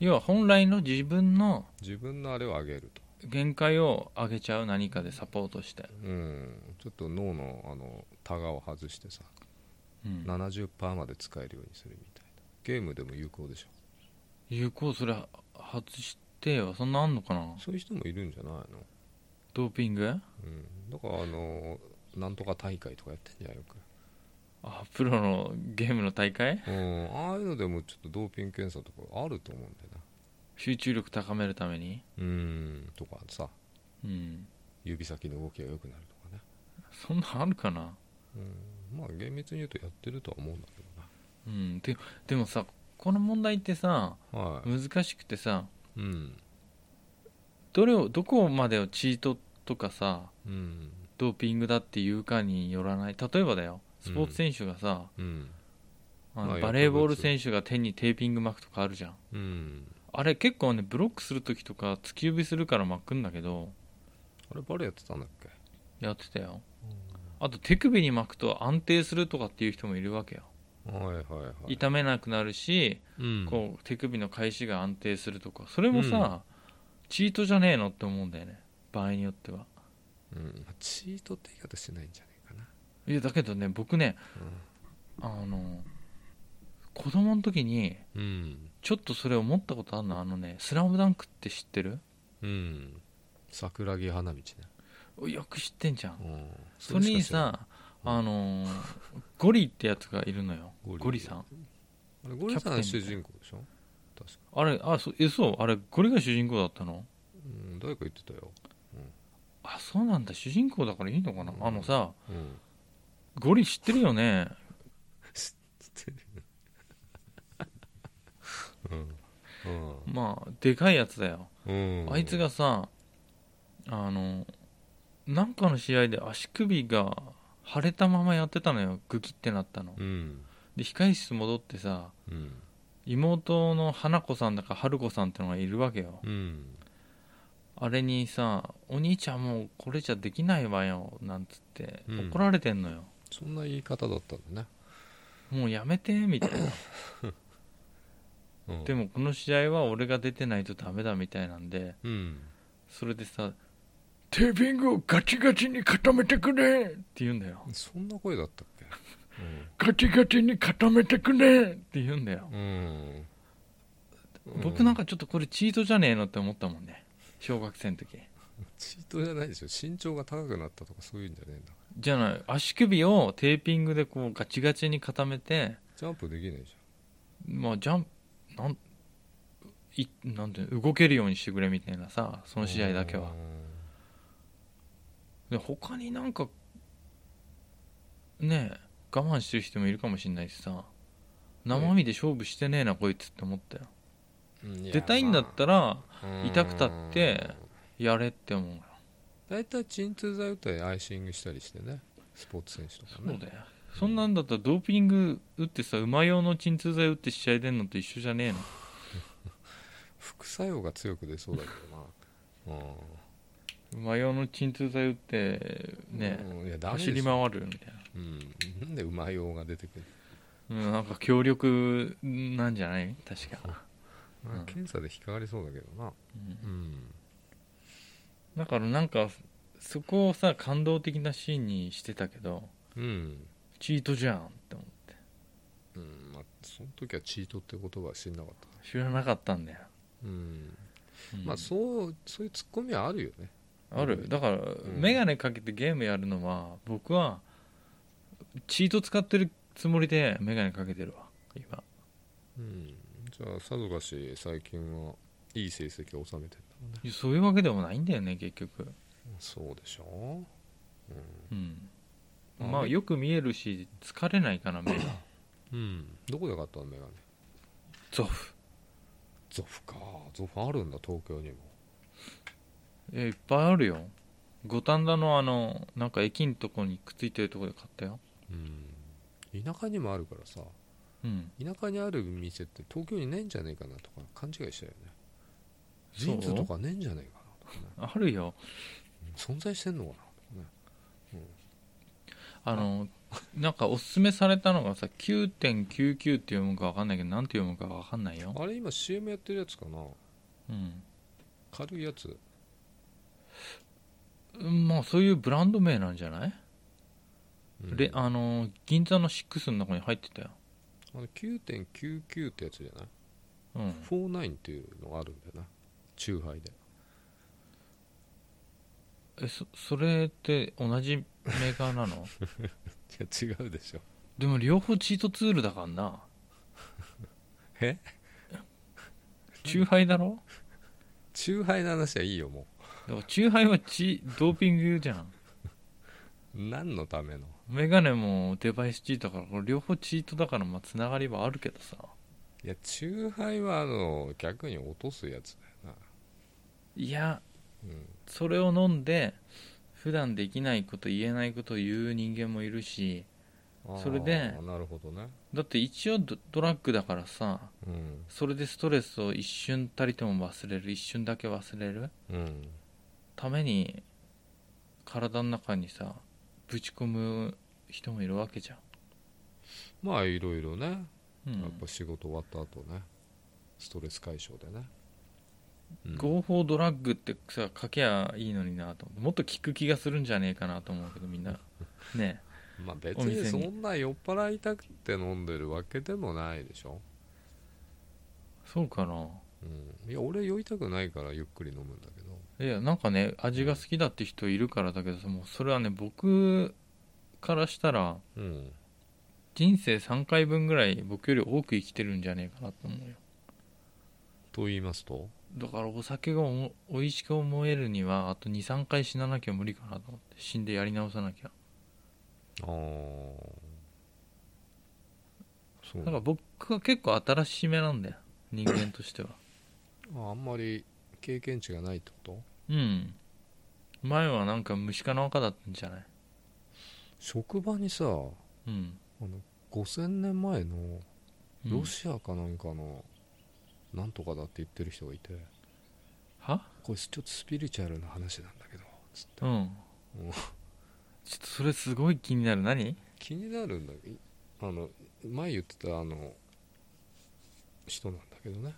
[SPEAKER 2] 要は本来の自分の
[SPEAKER 1] 自分のあれを上げると
[SPEAKER 2] 限界を上げちゃう何かでサポートして、
[SPEAKER 1] うんちょっと脳のあのタガを外してさ
[SPEAKER 2] うん
[SPEAKER 1] 70%まで使えるようにするみたいなゲームでも有効でしょ
[SPEAKER 2] 有効それは外してはそんなあんのかな
[SPEAKER 1] そういう人もいるんじゃないの、
[SPEAKER 2] ドーピング
[SPEAKER 1] うん、だからあのなんとか大会とかやってんじゃんよく
[SPEAKER 2] あプロのゲームの大会
[SPEAKER 1] うん、ああいうのでもちょっとドーピング検査とかあると思うんだよな
[SPEAKER 2] 集中力高めるために
[SPEAKER 1] うんとかさ
[SPEAKER 2] うん
[SPEAKER 1] 指先の動きが良くなるとかね、
[SPEAKER 2] そんなんあるかな
[SPEAKER 1] うん、まあ厳密に言うとやってるとは思うんだけ
[SPEAKER 2] うんででもさこの問題ってさ
[SPEAKER 1] どなはい、
[SPEAKER 2] 難しくてさ
[SPEAKER 1] うん
[SPEAKER 2] どれをどこまでをチートとかさ
[SPEAKER 1] うん
[SPEAKER 2] ドーピングだっていうかによらない例えばだよスポーツ選手がさ、
[SPEAKER 1] うん
[SPEAKER 2] あの
[SPEAKER 1] まあ
[SPEAKER 2] バレーボール選手が手にテーピング巻くとかあるじゃん
[SPEAKER 1] うん
[SPEAKER 2] あれ結構ねブロックする時とか突き指するから巻くんだけど
[SPEAKER 1] あれバレエやってたんだっけ
[SPEAKER 2] やってたよあと手首に巻くと安定するとかっていう人もいるわけよ
[SPEAKER 1] はいはいはい
[SPEAKER 2] 痛めなくなるし、
[SPEAKER 1] うん
[SPEAKER 2] こう手首の返しが安定するとかそれもさ、チートじゃねえのって思うんだよね場合によっては
[SPEAKER 1] うんまあチートって言い方してないんじゃないかない
[SPEAKER 2] やだけどね僕ねあの子供の時に
[SPEAKER 1] うん
[SPEAKER 2] ちょっとそれ思ったことあるのあのね「スラムダンクって知ってる
[SPEAKER 1] うん桜木花道ね、
[SPEAKER 2] よく知ってんじゃん
[SPEAKER 1] うん、
[SPEAKER 2] それに
[SPEAKER 1] しか知らない
[SPEAKER 2] さあのーゴリってやつがいるのよ
[SPEAKER 1] ゴリ
[SPEAKER 2] ゴリさん
[SPEAKER 1] あれゴリさん主人公でしょ確か、
[SPEAKER 2] あれあそえそうあれゴリが主人公だったの
[SPEAKER 1] うん、誰か言ってたよ
[SPEAKER 2] あそうなんだ主人公だからいいのかな、
[SPEAKER 1] うん
[SPEAKER 2] あのさ
[SPEAKER 1] うん
[SPEAKER 2] ゴリ知ってるよ ね
[SPEAKER 1] ってるう
[SPEAKER 2] まあでかいやつだよ、
[SPEAKER 1] ん、うん、
[SPEAKER 2] あいつがさあのなんかの試合で足首が腫れたままやってたのよグキってなったの
[SPEAKER 1] うん
[SPEAKER 2] で控室戻ってさ
[SPEAKER 1] うん
[SPEAKER 2] 妹の花子さんだか春子さんってのがいるわけよ
[SPEAKER 1] うん
[SPEAKER 2] あれにさ「お兄ちゃんもうこれじゃできないわよ」なんつって
[SPEAKER 1] うん
[SPEAKER 2] 怒られてんのよ、
[SPEAKER 1] そんな言い方だったんだね、
[SPEAKER 2] もうやめてみたい な
[SPEAKER 1] うん、
[SPEAKER 2] でもこの試合は俺が出てないとダメだみたいなんで
[SPEAKER 1] うん
[SPEAKER 2] それでさ「テーピングをガチガチに固めてくれ!」って言うんだよ
[SPEAKER 1] そんな声だったっけ
[SPEAKER 2] 「ガチガチに固めてくれ!」って言うんだよ
[SPEAKER 1] う、ん、うん、
[SPEAKER 2] 僕なんかちょっとこれチートじゃねえのって思ったもんね小学生の時
[SPEAKER 1] チートじゃないでしょ身長が高くなったとかそういうんじゃねえんだ
[SPEAKER 2] じゃない足首をテーピングでこうガチガチに固めて
[SPEAKER 1] ジャンプできないじ
[SPEAKER 2] まあジャンプなんいなんていうの動けるようにしてくれみたいなさ
[SPEAKER 1] ゃん
[SPEAKER 2] その試合だけはで他になんかねえ我慢してる人もいるかもしれないしさ生身で勝負してねえなこいつって思ったよ
[SPEAKER 1] うん
[SPEAKER 2] 出たいんだったら
[SPEAKER 1] ら
[SPEAKER 2] 痛くたってやれって思うよ
[SPEAKER 1] 大体鎮痛剤打ったりアイシングしたりしてねスポーツ選手とか
[SPEAKER 2] そう
[SPEAKER 1] ね
[SPEAKER 2] だよそんなんだったらドーピング打ってさ馬用の鎮痛剤打って試合出んのと一緒じゃねえの
[SPEAKER 1] 副作用が強く出そうだけどなうん
[SPEAKER 2] 馬用の鎮痛剤打ってね
[SPEAKER 1] うんいやダメでし
[SPEAKER 2] 走
[SPEAKER 1] ょ
[SPEAKER 2] り回るみたいな
[SPEAKER 1] うん、なんでうまい用が出てくる、
[SPEAKER 2] うん、なんか協力なんじゃない確か、うん
[SPEAKER 1] 検査で引っかかりそうだけどな
[SPEAKER 2] うん
[SPEAKER 1] うん
[SPEAKER 2] だからなんかそこをさ感動的なシーンにしてたけど
[SPEAKER 1] うん、
[SPEAKER 2] チートじゃんって思って
[SPEAKER 1] うんまあ、その時はチートって言葉は知んなかったな
[SPEAKER 2] 知らなかったんだよ、
[SPEAKER 1] うん
[SPEAKER 2] うん
[SPEAKER 1] まあそうそういうツッコミはあるよね
[SPEAKER 2] あるだから、
[SPEAKER 1] ん
[SPEAKER 2] メガネかけてゲームやるのは僕はチート使ってるつもりでメガネかけてるわ今
[SPEAKER 1] うんじゃあさぞかし最近はいい成績を収めてんだろうね
[SPEAKER 2] いやそういうわけでもないんだよね結局
[SPEAKER 1] そうでしょ
[SPEAKER 2] うん
[SPEAKER 1] あ
[SPEAKER 2] まあよく見えるし疲れないかな目 が
[SPEAKER 1] う、うん、どこで買ったのメガネ
[SPEAKER 2] ゾフ
[SPEAKER 1] ゾフかゾフあるんだ東京にも
[SPEAKER 2] いやいっぱいあるよ五反田のあのなんか駅んとこにくっついてるとこで買ったよ
[SPEAKER 1] うん田舎にもあるからさ
[SPEAKER 2] うん
[SPEAKER 1] 田舎にある店って東京にねえんじゃねえかなとか勘違いしたよねジ
[SPEAKER 2] そう
[SPEAKER 1] ーンズとかねえんじゃねえかなとかね
[SPEAKER 2] あるよ
[SPEAKER 1] 存在してんのかなとかね
[SPEAKER 2] あのなんかおすすめされたのがさ9.99って読むか分かんないけどなんて読むか分かんないよ、
[SPEAKER 1] あれ今 CM やってるやつかな
[SPEAKER 2] うん
[SPEAKER 1] 軽いやつ
[SPEAKER 2] うん、まあそういうブランド名なんじゃない、
[SPEAKER 1] うん
[SPEAKER 2] であの銀座の6の中に入ってたよ
[SPEAKER 1] あの9.99ってやつじゃない
[SPEAKER 2] うん
[SPEAKER 1] 49っていうのがあるんだよなチューハイで
[SPEAKER 2] えそそれって同じメーカーな の
[SPEAKER 1] いや違うでしょ
[SPEAKER 2] でも両方チートツールだからな
[SPEAKER 1] え
[SPEAKER 2] チューハイだろ
[SPEAKER 1] チューハイの話はいいよも
[SPEAKER 2] だからチューハイはチドーピングじゃん
[SPEAKER 1] う何のための
[SPEAKER 2] メガネもデバイスチートだからこれ両方チートだからまあつながりはあるけどさ
[SPEAKER 1] いやチューハイはあの逆に落とすやつだよ
[SPEAKER 2] いや
[SPEAKER 1] なうん
[SPEAKER 2] それを飲んで普段できないこと言えないことを言う人間もいるし
[SPEAKER 1] あー
[SPEAKER 2] それで
[SPEAKER 1] なるほどね
[SPEAKER 2] だって一応ドドラッグだからさ
[SPEAKER 1] うん
[SPEAKER 2] それでストレスを一瞬たりとも忘れる一瞬だけ忘れる
[SPEAKER 1] うん
[SPEAKER 2] ために体の中にさぶち込む人もいるわけじゃ
[SPEAKER 1] まあいろいろね
[SPEAKER 2] ん、う
[SPEAKER 1] やっ
[SPEAKER 2] ん
[SPEAKER 1] ぱ、仕事終わった後ねストレス解消でね、うん
[SPEAKER 2] 合法ドラッグってさかけやいいのになと思ってもっと効く気がするんじゃねえかなと思うけどみんな ね
[SPEAKER 1] まあ別
[SPEAKER 2] お
[SPEAKER 1] に
[SPEAKER 2] 店
[SPEAKER 1] そ
[SPEAKER 2] に
[SPEAKER 1] んな酔っ払いたくて飲んでるわけでもないでしょ、
[SPEAKER 2] そうかな
[SPEAKER 1] うん、いや俺酔いたくないからゆっくり飲むんだけど
[SPEAKER 2] いやなんかね味が好きだって人いるからだけどさもうそれはね僕からしたら
[SPEAKER 1] うん
[SPEAKER 2] 人生3回分ぐらい僕より多く生きてるんじゃねえかなと思うよ
[SPEAKER 1] と言いますと
[SPEAKER 2] だからお酒がおも美味しく思えるにはあと23回死ななきゃ無理かなと思って死んでやり直さなきゃ
[SPEAKER 1] ああそう
[SPEAKER 2] だから僕は結構新しめなんだよ人間としては
[SPEAKER 1] ああんまり経験値がないってこと
[SPEAKER 2] うん前はなんか虫かの赤だったんじゃない
[SPEAKER 1] 職場にさあの
[SPEAKER 2] うん
[SPEAKER 1] 5000年前の
[SPEAKER 2] うん
[SPEAKER 1] ロシアかなんかの、なんとかだって言ってる人がいて
[SPEAKER 2] は
[SPEAKER 1] これちょっとスピリチュアルな話なんだけどつって
[SPEAKER 2] うんちょっとそれすごい気になる何
[SPEAKER 1] 気になるんだいあの前言ってたあの人なんだけどね、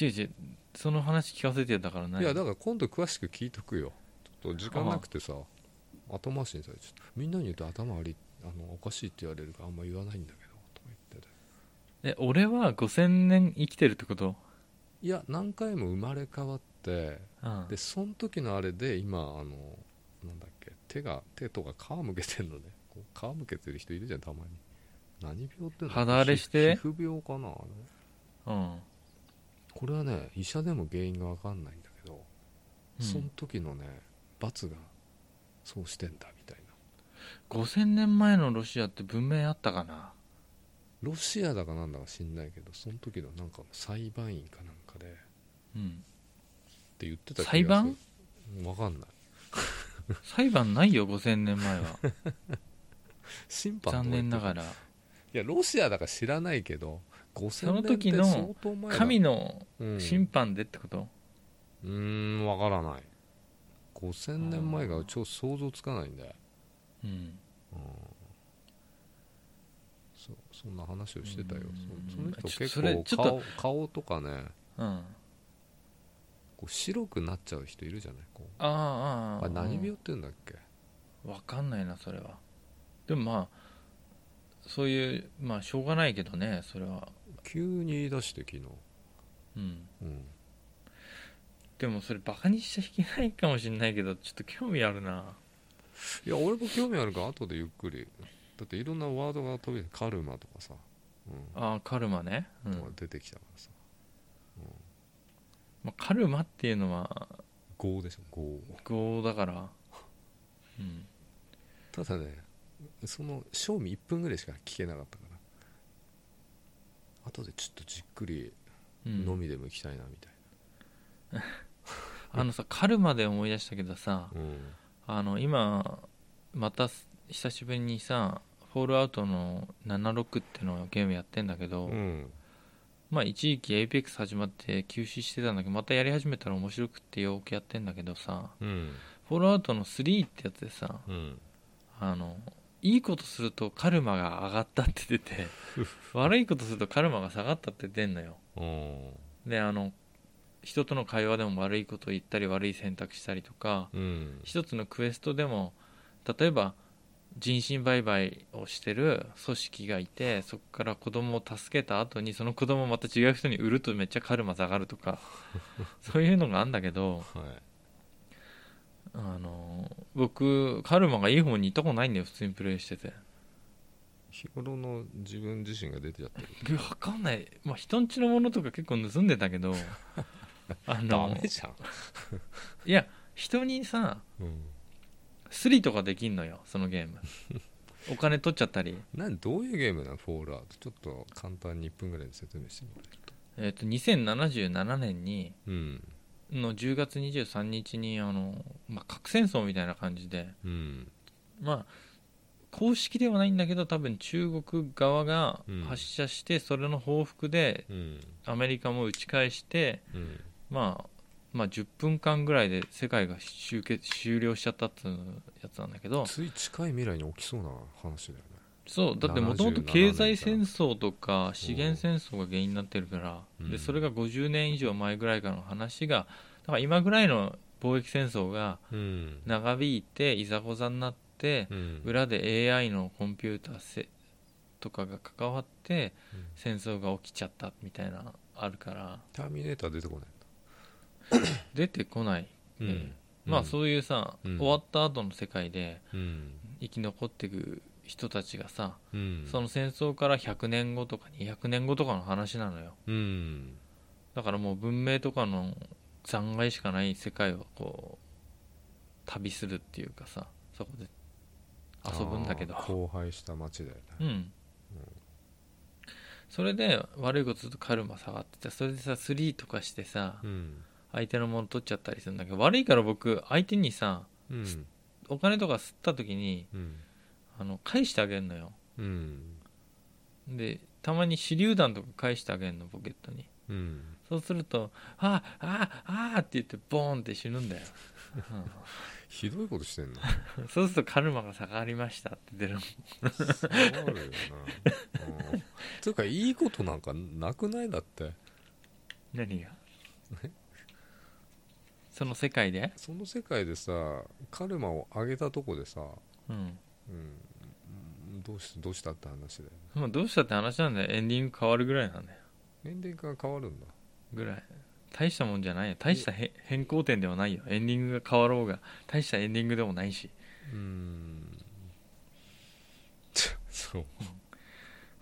[SPEAKER 2] 違う違うその話聞かせてよだから何
[SPEAKER 1] いやだから今度詳しく聞いとくよちょっと時間なくてさ後回しにされちゃったみんなに言うと頭悪いあのおかしいって言われるからあんま言わないんだけどとか言ってて
[SPEAKER 2] え俺は5000年生きてるってこと
[SPEAKER 1] いや何回も生まれ変わって
[SPEAKER 2] うん
[SPEAKER 1] でその時のあれで今あのなんだっけ手が手とか皮むけてんのねこう皮むけてる人いるじゃんたまに何病っていうの
[SPEAKER 2] 肌荒れして
[SPEAKER 1] 皮膚皮膚病かなあれ
[SPEAKER 2] うん
[SPEAKER 1] これはね医者でも原因が分かんないんだけど、
[SPEAKER 2] うん
[SPEAKER 1] その時のね罰がそうしてんだみたいな
[SPEAKER 2] 5000年前のロシアって文明あったかな
[SPEAKER 1] ロシアだかなんだか知んないけどその時のなんか裁判員かなんかでっ
[SPEAKER 2] うん
[SPEAKER 1] て言ってた気がする
[SPEAKER 2] 裁判
[SPEAKER 1] 分かんない
[SPEAKER 2] 裁判ないよ5000年 前は
[SPEAKER 1] 審判とか言
[SPEAKER 2] 残
[SPEAKER 1] って
[SPEAKER 2] 念ながら
[SPEAKER 1] いやロシアだから知らないけど5000
[SPEAKER 2] その時の
[SPEAKER 1] 年って相当前だ
[SPEAKER 2] 神の
[SPEAKER 1] うん
[SPEAKER 2] 審判でってこと、
[SPEAKER 1] うーん分からない5000年前が超想像つかないんだよ、
[SPEAKER 2] うん
[SPEAKER 1] うん、そそんな話をしてたよ
[SPEAKER 2] うん
[SPEAKER 1] そその人
[SPEAKER 2] ちょそれ
[SPEAKER 1] 結構
[SPEAKER 2] ちょっと
[SPEAKER 1] 顔顔とかね
[SPEAKER 2] うん、あ
[SPEAKER 1] こう白くなっちゃう人いるじゃないこう
[SPEAKER 2] あああ
[SPEAKER 1] あれ何病って言うんだっけ
[SPEAKER 2] わかんないなそれはでもまあそういうまあしょうがないけどねそれは
[SPEAKER 1] 急に言い出して昨日、
[SPEAKER 2] うん
[SPEAKER 1] うん、
[SPEAKER 2] でもそれバカにしちゃいけないかもしれないけどちょっと興味あるない
[SPEAKER 1] や俺も興味あるから後でゆっくりだっていろんなワードが飛び出てカルマとかさ、うん
[SPEAKER 2] ああカルマね、うん
[SPEAKER 1] とか出てきたからさ
[SPEAKER 2] まあ、カルマっていうのは
[SPEAKER 1] 業でしょ業
[SPEAKER 2] 業だからうん
[SPEAKER 1] ただねその賞味1分ぐらいしか聞けなかったから後でちょっとじっくり
[SPEAKER 2] うん
[SPEAKER 1] 飲みでも行きたいなみたい
[SPEAKER 2] あのさカルマで思い出したけどさ
[SPEAKER 1] うん
[SPEAKER 2] あの今また久しぶりにさ「フォールアウトの76」ってのをゲームやってんだけど、
[SPEAKER 1] うん
[SPEAKER 2] まあ一時期 APEX 始まって休止してたんだけどまたやり始めたら面白くってよくやってんだけどさ
[SPEAKER 1] うん
[SPEAKER 2] 「フォールアウトの3」ってやつでさ
[SPEAKER 1] うん
[SPEAKER 2] あのいいことするとカルマが上がったって出 て悪いことするとカルマが下がったって出んのよ
[SPEAKER 1] うん
[SPEAKER 2] であの人との会話でも悪いことを言ったり悪い選択したりとか
[SPEAKER 1] うん
[SPEAKER 2] 一つのクエストでも例えば人身売買をしてる組織がいてそこから子供を助けた後にその子供をまた違う人に売るとめっちゃカルマ下がる とかそういうのがあんだけど
[SPEAKER 1] はい
[SPEAKER 2] あの僕カルマがいい方にいったことないんだよ普通にプレイしてて
[SPEAKER 1] 日頃の自分自身が出てちゃってる
[SPEAKER 2] 分かんない、まあ、人んちのものとか結構盗んでた けどあ
[SPEAKER 1] ダ
[SPEAKER 2] の
[SPEAKER 1] メじゃん
[SPEAKER 2] いや人にさ
[SPEAKER 1] うん
[SPEAKER 2] スリとかできんのよそのゲーム お金取っちゃったり
[SPEAKER 1] なんどういうゲームなのフォールアウトちょっと簡単に1分ぐらいで説明してみて
[SPEAKER 2] えっ、と2077年に
[SPEAKER 1] うん
[SPEAKER 2] の10月23日にあの、まあ、核戦争みたいな感じで、
[SPEAKER 1] うん
[SPEAKER 2] まあ、公式ではないんだけど多分中国側が
[SPEAKER 1] うん
[SPEAKER 2] 発射して、それの報復で
[SPEAKER 1] うん
[SPEAKER 2] アメリカも打ち返して、
[SPEAKER 1] うん
[SPEAKER 2] まあ、まあ10分間ぐらいで世界が終結終了しちゃったっていうやつなんだけど
[SPEAKER 1] つい近い未来に起きそうな話だよね
[SPEAKER 2] そうだってもともと経済戦争とか資源戦争が原因になってるから、
[SPEAKER 1] うん
[SPEAKER 2] でそれが50年以上前ぐらいからの話がだから今ぐらいの貿易戦争が
[SPEAKER 1] うん
[SPEAKER 2] 長引いていざこざになって
[SPEAKER 1] うん
[SPEAKER 2] 裏で AI のコンピューターせとかが関わって
[SPEAKER 1] うん
[SPEAKER 2] 戦争が起きちゃったみたいなあるから
[SPEAKER 1] ターミネーター出てこない
[SPEAKER 2] 出てこない、
[SPEAKER 1] うん
[SPEAKER 2] うんまあ
[SPEAKER 1] う
[SPEAKER 2] そういうさ、
[SPEAKER 1] うん
[SPEAKER 2] 終わった後の世界で
[SPEAKER 1] うん
[SPEAKER 2] 生き残っていく人たちがさ、
[SPEAKER 1] うん
[SPEAKER 2] その戦争から100年後とか200年後とかの話なのよ
[SPEAKER 1] うん
[SPEAKER 2] だからもう文明とかの残骸しかない世界をこう旅するっていうかさそこで遊ぶんだけど
[SPEAKER 1] あー荒廃した街だよ
[SPEAKER 2] う
[SPEAKER 1] ね
[SPEAKER 2] ん、それで悪いことするとカルマ下がっててそれでさ3とかしてさ
[SPEAKER 1] うん
[SPEAKER 2] 相手のもの取っちゃったりするんだけど悪いから僕相手にさ
[SPEAKER 1] うん
[SPEAKER 2] お金とか吸った時に
[SPEAKER 1] うん
[SPEAKER 2] あの返してあげるのよ
[SPEAKER 1] うん
[SPEAKER 2] でたまに手榴弾とか返してあげるのポケットに
[SPEAKER 1] うん
[SPEAKER 2] そうすると「ああああ」って言ってボーンって死ぬんだよ、
[SPEAKER 1] ひどいことしてんの
[SPEAKER 2] うんそうするとカルマが下がりましたって 出る
[SPEAKER 1] そうな るよなうんつうかいいことなんかなくないだって
[SPEAKER 2] 何がその世界で
[SPEAKER 1] その世界でさカルマを上げたとこでさ、
[SPEAKER 2] うん
[SPEAKER 1] うん、どうしどうしたって話だよね
[SPEAKER 2] まあどうしたって話なんだよエンディング変わるぐらいなんだよ
[SPEAKER 1] エンディングが変わるんだ
[SPEAKER 2] ぐらい大したもんじゃないよ大したへ変更点ではないよエンディングが変わろうが大したエンディングでもないし
[SPEAKER 1] うんそう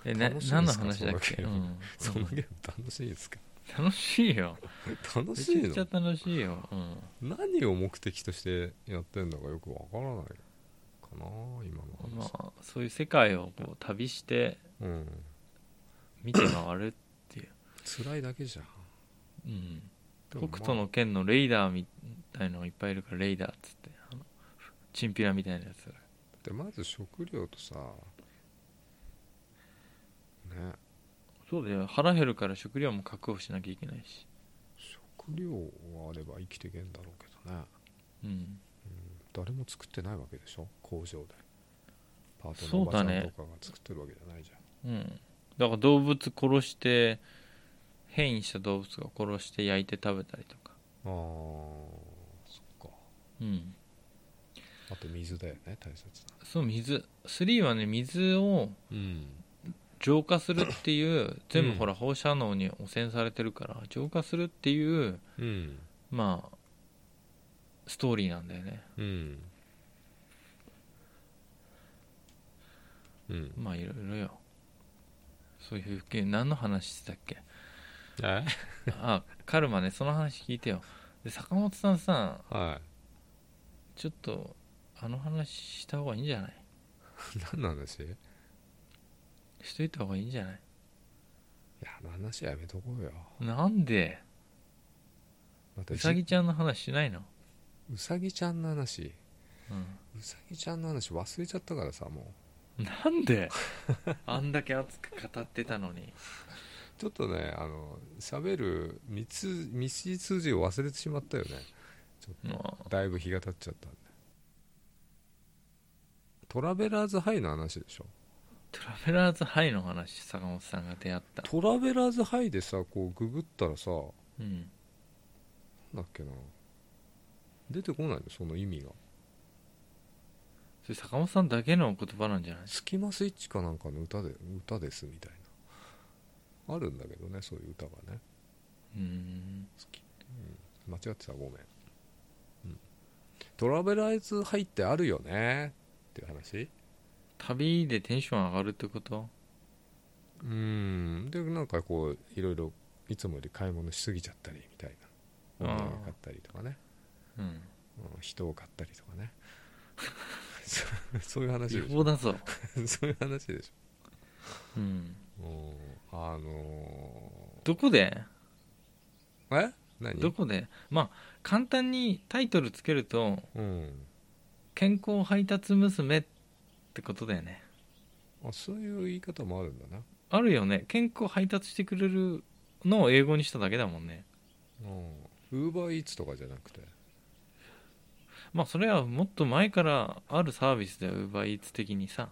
[SPEAKER 2] えな
[SPEAKER 1] 楽しいですか
[SPEAKER 2] 何の話だっけ
[SPEAKER 1] そのゲー
[SPEAKER 2] う
[SPEAKER 1] ム
[SPEAKER 2] ん
[SPEAKER 1] そのゲーム楽しいですか
[SPEAKER 2] 楽しいよ
[SPEAKER 1] 楽
[SPEAKER 2] め
[SPEAKER 1] し
[SPEAKER 2] ち
[SPEAKER 1] い
[SPEAKER 2] ゃくちゃ
[SPEAKER 1] の
[SPEAKER 2] 楽しいよ、うん、
[SPEAKER 1] 何を目的としてやってんだかよくわからないかな今の
[SPEAKER 2] ま
[SPEAKER 1] 話、
[SPEAKER 2] あそういう世界をこう旅して
[SPEAKER 1] うん
[SPEAKER 2] 見て回る、
[SPEAKER 1] 辛いだけじゃん
[SPEAKER 2] うん、
[SPEAKER 1] でも
[SPEAKER 2] 北斗の剣のレイダーみたいのがいっぱいいるからレイダーっつってあのチンピラみたいなやつが
[SPEAKER 1] でまず食料とさね
[SPEAKER 2] そうだよ腹減るから食料も確保しなきゃいけないし、
[SPEAKER 1] 食料があれば生きていけんだろうけどね
[SPEAKER 2] うん、
[SPEAKER 1] 誰も作ってないわけでしょ工場でパート
[SPEAKER 2] そ
[SPEAKER 1] のお
[SPEAKER 2] う
[SPEAKER 1] ばちゃ
[SPEAKER 2] だ
[SPEAKER 1] ん
[SPEAKER 2] ね
[SPEAKER 1] とかが作ってるわけじゃないじゃん
[SPEAKER 2] うん、だから動物殺して変異した動物が殺して焼いて食べたりとか、
[SPEAKER 1] ああそっか
[SPEAKER 2] うん、
[SPEAKER 1] あと水だよね大切な
[SPEAKER 2] そう水3はね水を
[SPEAKER 1] うん
[SPEAKER 2] 浄化するっていう全部
[SPEAKER 1] うん
[SPEAKER 2] ほら放射能に汚染されてるから浄化するっていう
[SPEAKER 1] うん
[SPEAKER 2] まあストーリーなんだよね
[SPEAKER 1] うんうん
[SPEAKER 2] まあいろいろよそういう風景何の話してたっけ
[SPEAKER 1] え
[SPEAKER 2] あカルマねその話聞いてよで坂本さんさ
[SPEAKER 1] は
[SPEAKER 2] ちょっとあの話した方がいいんじゃない
[SPEAKER 1] い 何の話い
[SPEAKER 2] しといた方がいいんじゃない
[SPEAKER 1] やあの話はやめとこうよ
[SPEAKER 2] なんで
[SPEAKER 1] また
[SPEAKER 2] うさぎちゃんの話しないの、
[SPEAKER 1] うさぎちゃんの話
[SPEAKER 2] う
[SPEAKER 1] うさぎちゃんの話忘れちゃったからさも
[SPEAKER 2] ん、なんであんだけ熱く語ってたの
[SPEAKER 1] う
[SPEAKER 2] に
[SPEAKER 1] ちょっとねあの喋る道筋道筋を忘れてしまったよねちょっと
[SPEAKER 2] も
[SPEAKER 1] だいぶ日が経っちゃったんでトラベラーズハイの話でしょ
[SPEAKER 2] うトラベラーズハイの話坂本さんが出会った、
[SPEAKER 1] トラベラーズハイでさこうググったらさなん
[SPEAKER 2] うん、
[SPEAKER 1] だっけな出てこないのその意味が
[SPEAKER 2] それ坂本さんだけの言葉なんじゃない
[SPEAKER 1] 「スキマスイッチ」かなんかの歌で歌ですみたいなあるんだけどねそういう歌がね
[SPEAKER 2] うーん
[SPEAKER 1] 好き、うん、間違ってたごめん、うん、トラベラーズハイってあるよねっていう話
[SPEAKER 2] 旅でテンション上がるってこと
[SPEAKER 1] うんでなんかこういろいろいつもより買い物しすぎちゃったりみたいなお
[SPEAKER 2] あー
[SPEAKER 1] 土産買ったりとかね、
[SPEAKER 2] うん
[SPEAKER 1] うん人を買ったりとかね そそういう話
[SPEAKER 2] 違
[SPEAKER 1] でし
[SPEAKER 2] 法だぞ、
[SPEAKER 1] ょそういう話でし
[SPEAKER 2] うん、
[SPEAKER 1] ょうんあの
[SPEAKER 2] どこで
[SPEAKER 1] ー、え何
[SPEAKER 2] どこでまあ簡単にタイトルつけると
[SPEAKER 1] うん
[SPEAKER 2] 「健康配達娘」ってことだよね
[SPEAKER 1] あそういう言い方もあるんだな
[SPEAKER 2] あるよね健康配達してくれるのを英語にしただけだもんね
[SPEAKER 1] ウーバーイーツとかじゃなくて
[SPEAKER 2] まあそれはもっと前からあるサービスだよ UberEats 的にさ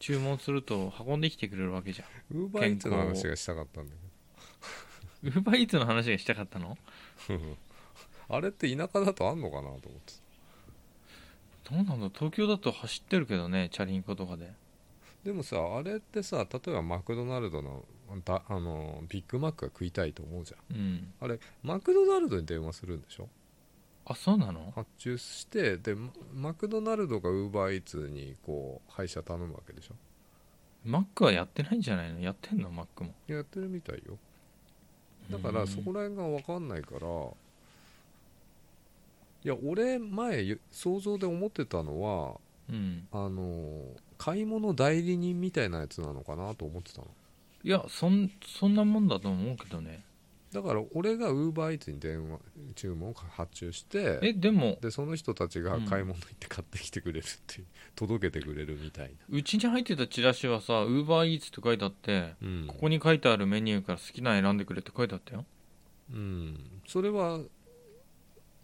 [SPEAKER 2] 注文すると運んできてくれるわけじゃ
[SPEAKER 1] ウーバーイーツの話がしたかったんだ
[SPEAKER 2] ん UberEats の話がしたかったの
[SPEAKER 1] けど あれって田舎だとあんのかなと思ってた
[SPEAKER 2] どうなんだ東京だと走ってるけどねチャリンコとかで
[SPEAKER 1] でもさあれってさ例えばマクドナルドのだあのビッグマックが食いたいと思うじゃん
[SPEAKER 2] うん
[SPEAKER 1] あれマクドナルドに電話するんでしょ
[SPEAKER 2] あそうなの
[SPEAKER 1] 発注してでママクドナルドがウーバーイーツにこう配車頼むわけでしょ
[SPEAKER 2] マックはやってないんじゃないのやってんのマックも
[SPEAKER 1] やってるみたいよだからそこら辺が分かんないからいや俺前想像で思ってたのは
[SPEAKER 2] うん
[SPEAKER 1] あの買い物代理人みたいなやつなのかなと思ってたの
[SPEAKER 2] いやそんそんなもんだと思うけどね
[SPEAKER 1] だから俺がウーバーイーツに電話注文を発注して
[SPEAKER 2] えでも
[SPEAKER 1] でその人たちが買い物行って買ってきてくれるっていう、届けてくれるみたいう
[SPEAKER 2] ちに入ってたチラシはさ UberEats って書いてあって
[SPEAKER 1] な、うん、
[SPEAKER 2] ここに書いてあるメニューから好きなの選んでくれって書いてあったよ
[SPEAKER 1] うん、それは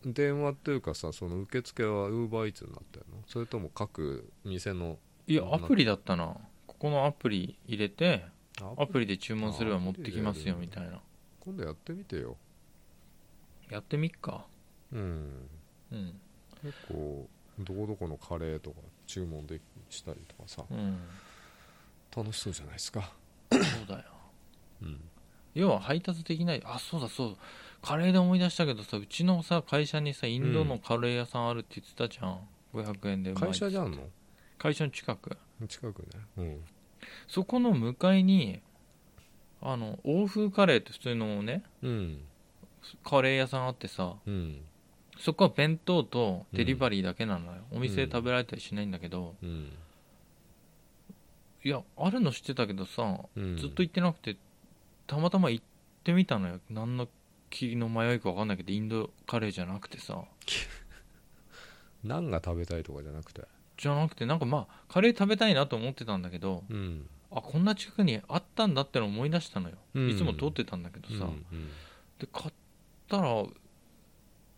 [SPEAKER 1] 電話というかさその受付はウーバーイーツになったのそれとも各店の
[SPEAKER 2] いや
[SPEAKER 1] うん
[SPEAKER 2] アプリだったなここのアプリ入れて
[SPEAKER 1] あ
[SPEAKER 2] アプリで注文すれば持ってきますよ
[SPEAKER 1] あ
[SPEAKER 2] みたいな
[SPEAKER 1] 今度やってみてよ
[SPEAKER 2] やってみっか
[SPEAKER 1] うん
[SPEAKER 2] うん
[SPEAKER 1] 結構どこどこのカレーとか注文でしたりとかさ
[SPEAKER 2] うん
[SPEAKER 1] 楽しそうじゃないですか
[SPEAKER 2] そうだよ
[SPEAKER 1] うん
[SPEAKER 2] 要は配達できないあそうだそうだカレーで思い出したけどさうちのさ会社にさインドのカレー屋さんあるって言ってたじゃん、500円でうまい
[SPEAKER 1] 会社じゃんの
[SPEAKER 2] 会社の近く
[SPEAKER 1] 近くねうん
[SPEAKER 2] そこの向かいにあの欧風カレーって普通のね
[SPEAKER 1] うん
[SPEAKER 2] カレー屋さんあってさ
[SPEAKER 1] うん
[SPEAKER 2] そこは弁当とデリバリーだけなのよ、お店で食べられたりしないんだけど、
[SPEAKER 1] うん
[SPEAKER 2] いやあるの知ってたけどさ
[SPEAKER 1] うん
[SPEAKER 2] ずっと行ってなくてたまたま行ってみたのよ何の気の迷いか分かんないけどインドカレーじゃなくてさ
[SPEAKER 1] ナンが食べたいとかじゃなくて
[SPEAKER 2] じゃなくてなんかまあカレー食べたいなと思ってたんだけど
[SPEAKER 1] うん
[SPEAKER 2] あこんな近くにあったんだってのを思い出したのよ、
[SPEAKER 1] うん
[SPEAKER 2] いつも通ってたんだけどさ、
[SPEAKER 1] うんうん
[SPEAKER 2] で買ったら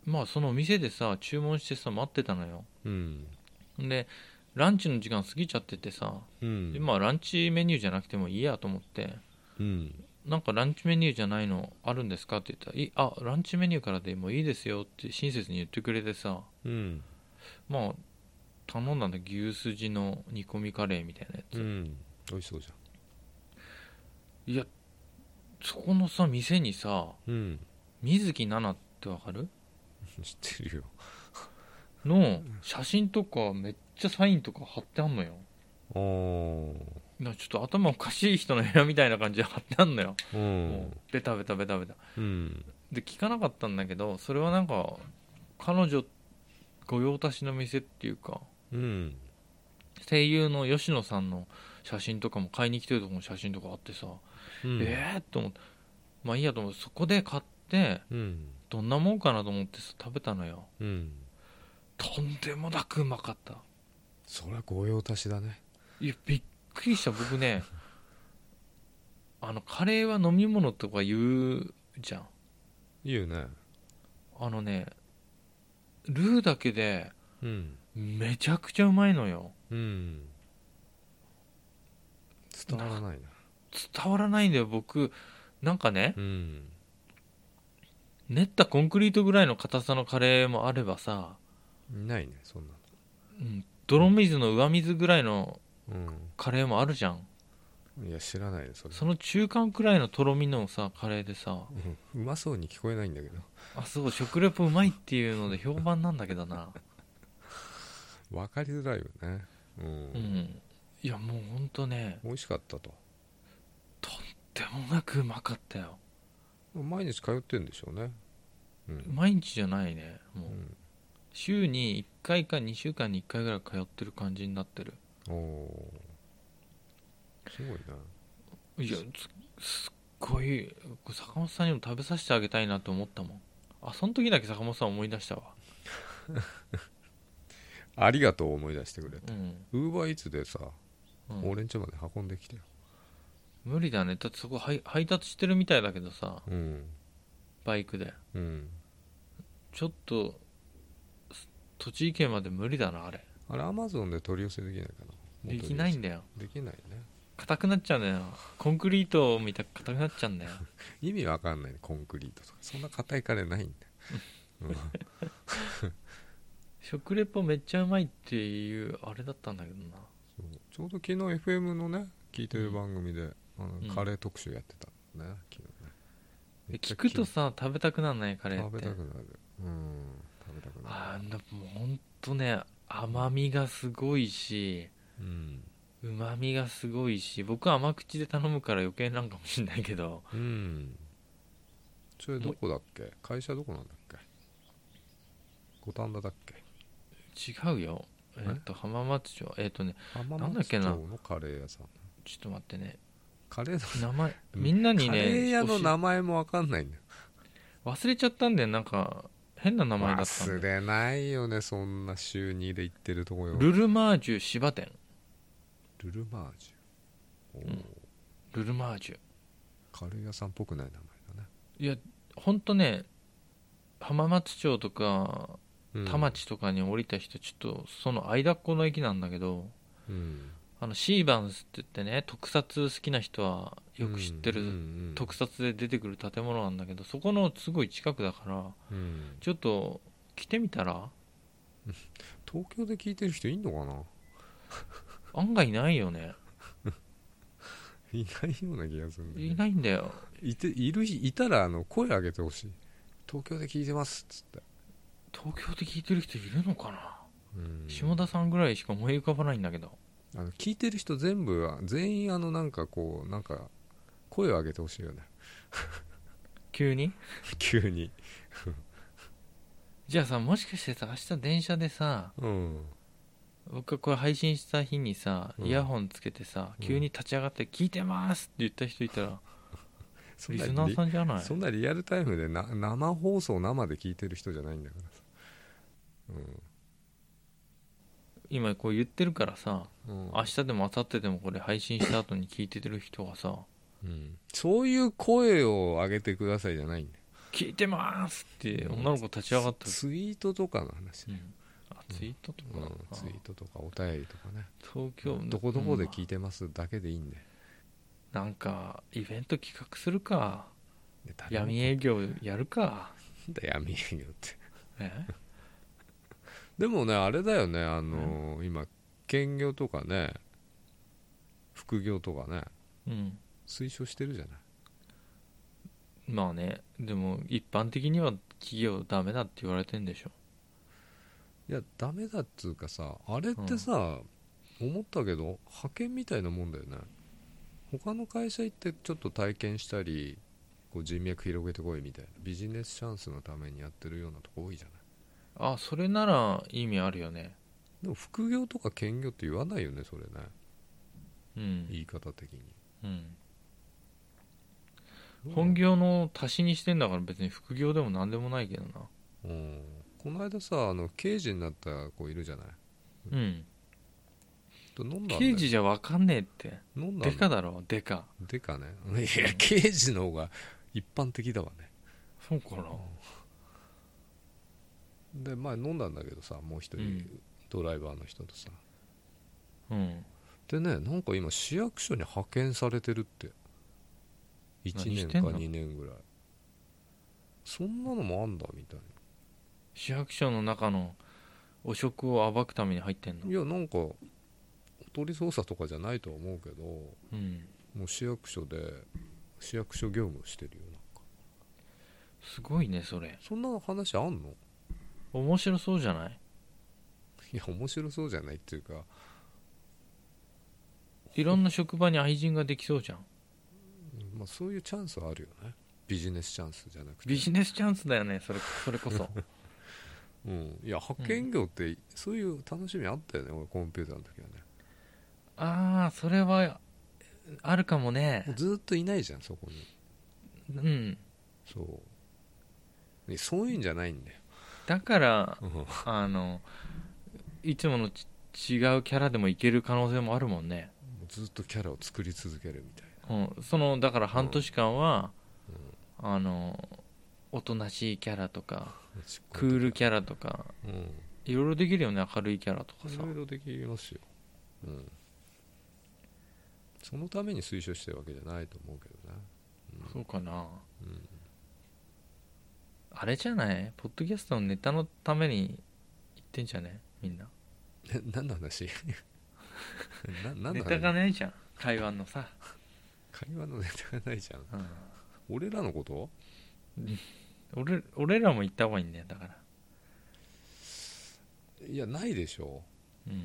[SPEAKER 2] まあそのお店でさ注文してさ待ってたのよ
[SPEAKER 1] うん
[SPEAKER 2] でランチの時間過ぎちゃっててさ、
[SPEAKER 1] うん
[SPEAKER 2] でまあランチメニューじゃなくてもいいやと思って
[SPEAKER 1] うん
[SPEAKER 2] なんかランチメニューじゃないのあるんですかって言ったらいあランチメニューからでもいいですよって親切に言ってくれてさ
[SPEAKER 1] うん
[SPEAKER 2] まあ頼んだんだ牛すじの煮込みカレーみたいなやつ、
[SPEAKER 1] うん美味しそうじ
[SPEAKER 2] いやそこのさ店にさ
[SPEAKER 1] ゃんうん
[SPEAKER 2] 水木奈々ってわかる
[SPEAKER 1] 知ってるよ
[SPEAKER 2] の写真とかめっちゃサインとか貼ってあんのよ
[SPEAKER 1] あ
[SPEAKER 2] なちょっと頭おかしい人の部屋みたいな感じで貼ってあんのよ、
[SPEAKER 1] あう
[SPEAKER 2] も
[SPEAKER 1] ん
[SPEAKER 2] うベタベタベタベタ
[SPEAKER 1] うん
[SPEAKER 2] で聞かなかったんだけどそれはなんか彼女御用達の店っていうか
[SPEAKER 1] うん
[SPEAKER 2] 声優の吉野さんの写真とかも買いに来てるとこの写真とかあってさ、
[SPEAKER 1] うん
[SPEAKER 2] ええー、と思ってまあいいやと思ってそこで買っって
[SPEAKER 1] うん
[SPEAKER 2] どんなもんかなと思ってさ食べたのよ
[SPEAKER 1] うん
[SPEAKER 2] とんでもなくうまかった
[SPEAKER 1] それは御用達だね
[SPEAKER 2] いやびっくりした 僕ねあのカレーは飲み物とか言うじゃん
[SPEAKER 1] 言うね
[SPEAKER 2] あのねルーだけで
[SPEAKER 1] うん
[SPEAKER 2] めちゃくちゃうまいのよ
[SPEAKER 1] うん伝わらないな
[SPEAKER 2] 伝わらないんだよ僕なんかね
[SPEAKER 1] うん
[SPEAKER 2] 練ったコンクリートぐらいの硬さのカレーもあればさ、
[SPEAKER 1] ないねそんな
[SPEAKER 2] うん、泥水の上水ぐらいの
[SPEAKER 1] の
[SPEAKER 2] カレーもあるじゃん
[SPEAKER 1] うんいや知らないねそれ
[SPEAKER 2] その中間くらいのとろみのさカレーでさ
[SPEAKER 1] うんうまそうに聞こえないんだけど
[SPEAKER 2] あそう食レポうまいっていうので評判なんだけどな
[SPEAKER 1] 分かりづらいよねう
[SPEAKER 2] うんんいやもうほんとね
[SPEAKER 1] 美味しかったと
[SPEAKER 2] でもなくうまかったよ
[SPEAKER 1] 毎日通ってんでしょうねうん
[SPEAKER 2] 毎日じゃないねも
[SPEAKER 1] う
[SPEAKER 2] うん週に1回か2週間に1回ぐらい通ってる感じになってる
[SPEAKER 1] おおーすごいない
[SPEAKER 2] やすすっごいこれ坂本さんにも食べさせてあげたいなと思ったもんあその時だけ坂本さん思い出したわ
[SPEAKER 1] ありがとうを思い出してくれ
[SPEAKER 2] うん、
[SPEAKER 1] ウーバーイーツでさ
[SPEAKER 2] うん
[SPEAKER 1] 俺ん家まで運んできてよ
[SPEAKER 2] 無理だねだってそこ配配達してるみたいだけどさ
[SPEAKER 1] うん
[SPEAKER 2] バイクで
[SPEAKER 1] うん
[SPEAKER 2] ちょっとす栃木県まで無理だなあれ
[SPEAKER 1] あれアマゾンで取り寄せできないかな
[SPEAKER 2] できないん
[SPEAKER 1] だ
[SPEAKER 2] だよ
[SPEAKER 1] できないね
[SPEAKER 2] 硬くなっちゃうんだよコンクリートみたいに硬くなっちゃうんだよ
[SPEAKER 1] 意味わかんないねコンクリートとかそんな硬いカレーないんだよ、
[SPEAKER 2] 食レポめっちゃうまいっていうあれだったんだけどな
[SPEAKER 1] うんそうちょうど昨日 FM のね聞いてる番組で、あ
[SPEAKER 2] うん
[SPEAKER 1] のカレー特集やってたんだね昨日ねめっちゃ
[SPEAKER 2] 聞くとさ食べたくなんないカレーっ
[SPEAKER 1] 食べ
[SPEAKER 2] て
[SPEAKER 1] たくなるうん食べたくな
[SPEAKER 2] あ
[SPEAKER 1] る
[SPEAKER 2] ーでもほんとね甘みがすごいし
[SPEAKER 1] うん、
[SPEAKER 2] うまみがすごいし僕は甘口で頼むから余計なんかもしんないけど
[SPEAKER 1] うん、それどこだっけ会社どこなんだっけ五反田だっけ
[SPEAKER 2] 違うよえっ、と浜松町えっ、とね
[SPEAKER 1] 浜
[SPEAKER 2] なんだっ
[SPEAKER 1] 松
[SPEAKER 2] け
[SPEAKER 1] 町
[SPEAKER 2] な
[SPEAKER 1] のカレー屋さん
[SPEAKER 2] ちょっと待ってね
[SPEAKER 1] カレーの
[SPEAKER 2] 名前みんなに
[SPEAKER 1] カレー
[SPEAKER 2] ね
[SPEAKER 1] 屋の
[SPEAKER 2] 少し
[SPEAKER 1] 名前もわかんないんだよ
[SPEAKER 2] 忘れちゃったんだよなんか変な名前だったん
[SPEAKER 1] 忘
[SPEAKER 2] だよ
[SPEAKER 1] れないよねそんな週2で行ってるとこよ
[SPEAKER 2] ルルマージュ芝店
[SPEAKER 1] ルルマージュおー、
[SPEAKER 2] うんルルマージュ
[SPEAKER 1] カレー屋さんっぽくない名
[SPEAKER 2] いやほんとね浜松町とか
[SPEAKER 1] 前だね
[SPEAKER 2] 田、町とかに降りた人ちょっとその間っこの駅なんだけど
[SPEAKER 1] うん、
[SPEAKER 2] あのシーバンスって言ってね特撮好きな人はよく知って
[SPEAKER 1] うんうん
[SPEAKER 2] る
[SPEAKER 1] うん
[SPEAKER 2] 特撮で出てくる建物なんだけどそこのすごい近くだから
[SPEAKER 1] うん
[SPEAKER 2] ちょっと来てみたら
[SPEAKER 1] 東京で聞いてる人いんのかな
[SPEAKER 2] 案外ないよね
[SPEAKER 1] いないような気がするんだけど
[SPEAKER 2] いないんだよ
[SPEAKER 1] いているいたらあの声上げてほしい東京で聞いてますっつって、
[SPEAKER 2] 東京で聞いてる人いるのかな、
[SPEAKER 1] うん
[SPEAKER 2] 下田さんぐらいしか思い浮かばないんだけど
[SPEAKER 1] あの聞いてる人全部は全員あのなんかこうなんか声を上げてほしいよね
[SPEAKER 2] 急に
[SPEAKER 1] 急に
[SPEAKER 2] じゃあさもしかしてさ明日電車でさ
[SPEAKER 1] うん
[SPEAKER 2] 僕がこれ配信した日にさ
[SPEAKER 1] うん
[SPEAKER 2] イヤホンつけてさ、
[SPEAKER 1] うん
[SPEAKER 2] 急に立ち上がって「聞いてます!」って言った人いたら、
[SPEAKER 1] そん
[SPEAKER 2] リ
[SPEAKER 1] な
[SPEAKER 2] スナーさんじゃない
[SPEAKER 1] そんなリアルタイムでな生放送生で聞いてる人じゃないんだからさ
[SPEAKER 2] 今こう言ってるからさ
[SPEAKER 1] うん、うん
[SPEAKER 2] 明日でも明後日でもこれ配信した後に聞いてる人がさ
[SPEAKER 1] うん、そういう声を上げてくださいじゃないんだよ
[SPEAKER 2] 「聞いてます!」って女の子立ち上がったら、
[SPEAKER 1] ツイートとかの話、
[SPEAKER 2] う
[SPEAKER 1] うん
[SPEAKER 2] ん、あツイートとか、あ
[SPEAKER 1] ツイートとかお便りとかね
[SPEAKER 2] 東京
[SPEAKER 1] どこどこで聞
[SPEAKER 2] い
[SPEAKER 1] いてますだけでいいんで
[SPEAKER 2] なんかイベント企画するか
[SPEAKER 1] で誰も
[SPEAKER 2] 闇営業やるか
[SPEAKER 1] なんだ闇営業って
[SPEAKER 2] え
[SPEAKER 1] でもねあれだよねあのー今兼業とかね副業とかね
[SPEAKER 2] うん
[SPEAKER 1] 推奨してるじゃない
[SPEAKER 2] まあねでも一般的には企業ダメだって言われてんでしょ
[SPEAKER 1] いやダメだっつうかさあれってさ、思ったけど派遣みたいなもんだよね他の会社行ってちょっと体験したりこう人脈広げてこいみたいなビジネスチャンスのためにやってるようなとこ多いじゃない
[SPEAKER 2] あそれなら意味あるよね
[SPEAKER 1] でも副業とか兼業って言わないよねそれね
[SPEAKER 2] うん
[SPEAKER 1] 言い方的に
[SPEAKER 2] うん本業の足しにしてんだから別に副業でも何でもないけどな
[SPEAKER 1] うんこの間さあの刑事になった子いるじゃない
[SPEAKER 2] うん
[SPEAKER 1] と飲んだんだよ
[SPEAKER 2] 刑事じゃ分かんねえって
[SPEAKER 1] 飲んだ
[SPEAKER 2] デ
[SPEAKER 1] んだ
[SPEAKER 2] カだろデカ
[SPEAKER 1] でかね いや刑事の方が一般的だわね
[SPEAKER 2] そうかな
[SPEAKER 1] で前飲んだんだけどさもう一
[SPEAKER 2] う
[SPEAKER 1] 人
[SPEAKER 2] ん
[SPEAKER 1] ドライバーの人とさ、
[SPEAKER 2] うん
[SPEAKER 1] でねなんか今市役所に派遣されてるって
[SPEAKER 2] 何
[SPEAKER 1] 1
[SPEAKER 2] し
[SPEAKER 1] 年
[SPEAKER 2] てん
[SPEAKER 1] か
[SPEAKER 2] の
[SPEAKER 1] 2年ぐらいそんなのもあんだみたい
[SPEAKER 2] 市役所の中の汚職を暴くために入ってんの
[SPEAKER 1] ないやなんかおとり捜査とかじゃないとは思うけども
[SPEAKER 2] うん
[SPEAKER 1] う市役所で市役所業務をしてるよなんか
[SPEAKER 2] すごいねそれ
[SPEAKER 1] そんな話あんの
[SPEAKER 2] 面白そうじゃない
[SPEAKER 1] いや面白そうじゃないっていうか
[SPEAKER 2] いろんな職場に愛人ができそうじゃん
[SPEAKER 1] まあ、そういうチャンスはあるよねビジネスチャンスじゃなくて
[SPEAKER 2] ビジネスチャンスだよねそれそれこ そ
[SPEAKER 1] うん、いや派遣業ってそういう楽しみあったよね、俺コンピューターの時はね
[SPEAKER 2] ああそれはあるかもね
[SPEAKER 1] もうずっといないじゃんそこに
[SPEAKER 2] うん
[SPEAKER 1] そうねそういうんじゃないんだよ、
[SPEAKER 2] だから
[SPEAKER 1] うん
[SPEAKER 2] あのいつものち違うキャラでもいける可能性もあるもんね、
[SPEAKER 1] もうずっとキャラを作り続けるみたい
[SPEAKER 2] うん、そのだから半年間は、あのおとなしいキャラとか
[SPEAKER 1] な
[SPEAKER 2] クールキャラとか
[SPEAKER 1] うん
[SPEAKER 2] いろいろできるよね明るいキャラとか
[SPEAKER 1] い
[SPEAKER 2] さ
[SPEAKER 1] ろいろできますよ、うん、そのために推奨してるわけじゃないと思うけどね
[SPEAKER 2] そうかな、
[SPEAKER 1] うん
[SPEAKER 2] あれじゃないポッドキャストのネタのために言ってんじゃねみんな
[SPEAKER 1] え 何の話な何の話
[SPEAKER 2] ネタがないじゃん会話のさ、
[SPEAKER 1] 会話のネタがないじゃん
[SPEAKER 2] うん、
[SPEAKER 1] 俺らのこと
[SPEAKER 2] 俺俺らも言った方がいいんだよだから
[SPEAKER 1] いやないでしょ
[SPEAKER 2] うん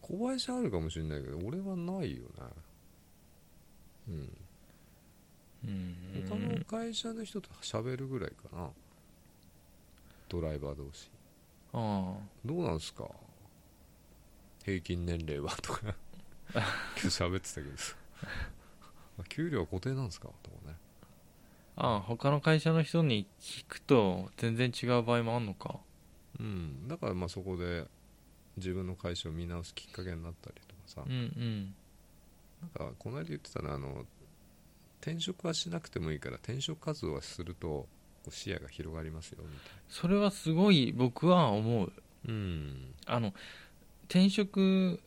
[SPEAKER 1] 小林あるかもしれないけど俺はないよね
[SPEAKER 2] うん
[SPEAKER 1] うん他の会社の人と喋るぐらいかなドライバー同士
[SPEAKER 2] あ
[SPEAKER 1] どうなんすか平均年齢はとか 今日喋ってたけど さ給料は固定なんですかとかね
[SPEAKER 2] あああ他の会社の人に聞くと全然違う場合もあんのか
[SPEAKER 1] うんだからまあそこで自分の会社を見直すきっかけになったりとかさ、
[SPEAKER 2] うんうん
[SPEAKER 1] なんかこの間言ってたのはあの転職はしなくてもいいから転職活動はするとこう視野が広がりますよみ
[SPEAKER 2] それはすごい僕は思う
[SPEAKER 1] たいなうん
[SPEAKER 2] あの転職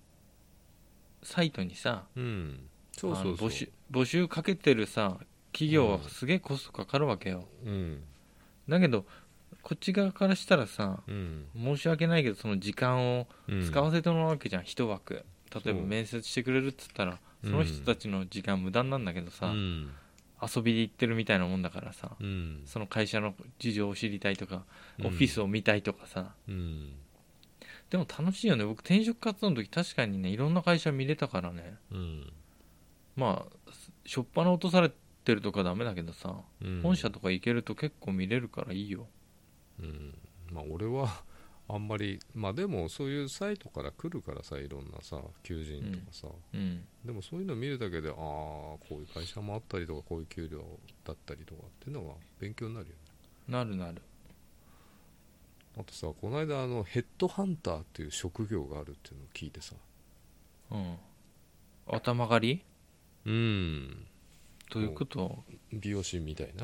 [SPEAKER 2] サイトにさ
[SPEAKER 1] うんそうそう
[SPEAKER 2] あ
[SPEAKER 1] そう
[SPEAKER 2] の募集募集かけてるさ企業は
[SPEAKER 1] うん
[SPEAKER 2] すげえコストかかるわけよ、
[SPEAKER 1] うん
[SPEAKER 2] だけどこっち側からしたらさ
[SPEAKER 1] うん、
[SPEAKER 2] 申し訳ないけどその時間を
[SPEAKER 1] うん、
[SPEAKER 2] 使わせてもらうわけじゃん、一枠例えば
[SPEAKER 1] そう
[SPEAKER 2] 面接してくれるっつったらその人たちの時間無駄になんだけどさ、
[SPEAKER 1] うん
[SPEAKER 2] 遊びで行ってるみたいなもんだからさ
[SPEAKER 1] うん
[SPEAKER 2] その会社の事情を知りたいとか、
[SPEAKER 1] うん
[SPEAKER 2] オフィスを見たいとかさ
[SPEAKER 1] うん
[SPEAKER 2] でも楽しいよね僕転職活動の時確かにねいろんな会社見れたからね
[SPEAKER 1] うん
[SPEAKER 2] まあしょっぱな落とされてるとかダメだけどさ、
[SPEAKER 1] うん
[SPEAKER 2] 本社とか行けると結構見れるからいいよ
[SPEAKER 1] うんまあ俺はあんまりまあでもそういうサイトから来るからさいろんなさ求人とかさ、
[SPEAKER 2] うん
[SPEAKER 1] でもそういうの見るだけでああこういう会社もあったりとかこういう給料だったりとかっていうのは勉強になるよね
[SPEAKER 2] なるなる
[SPEAKER 1] あとさこの間あのヘッドハンターっていう職業があるっていうのを聞いてさ
[SPEAKER 2] うん頭狩り
[SPEAKER 1] うん
[SPEAKER 2] ということ
[SPEAKER 1] 美容師みたいな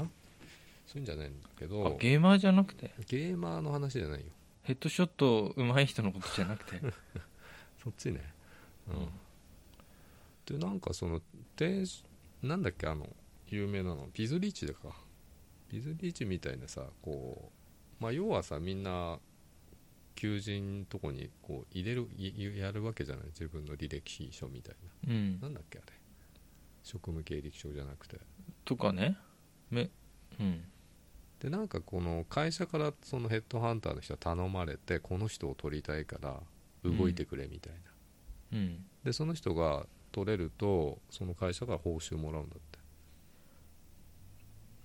[SPEAKER 1] そういうんじゃないんだけ
[SPEAKER 2] あ
[SPEAKER 1] どゲ
[SPEAKER 2] ゲーマーじゃなくて
[SPEAKER 1] ーマーの話じゃないよ
[SPEAKER 2] ヘッドショット上手い人のことじゃな くて
[SPEAKER 1] そっちねうん、
[SPEAKER 2] うん
[SPEAKER 1] でなんかその転なんだっけあの有名なのビズリーチだかビズリーチみたいなさこうまあ要はさみんな求人のとこにこう入れるいやるわけじゃない自分の履歴書みたいな
[SPEAKER 2] うん
[SPEAKER 1] なんだっけあれ職務経歴書じゃなくて
[SPEAKER 2] とかねめうん
[SPEAKER 1] でなんかこの会社からそのヘッドハンターの人は頼まれてこの人を取りたいから動いてくれみたいな、
[SPEAKER 2] うん
[SPEAKER 1] でその人が取れるとその会社から報酬もらうんだっ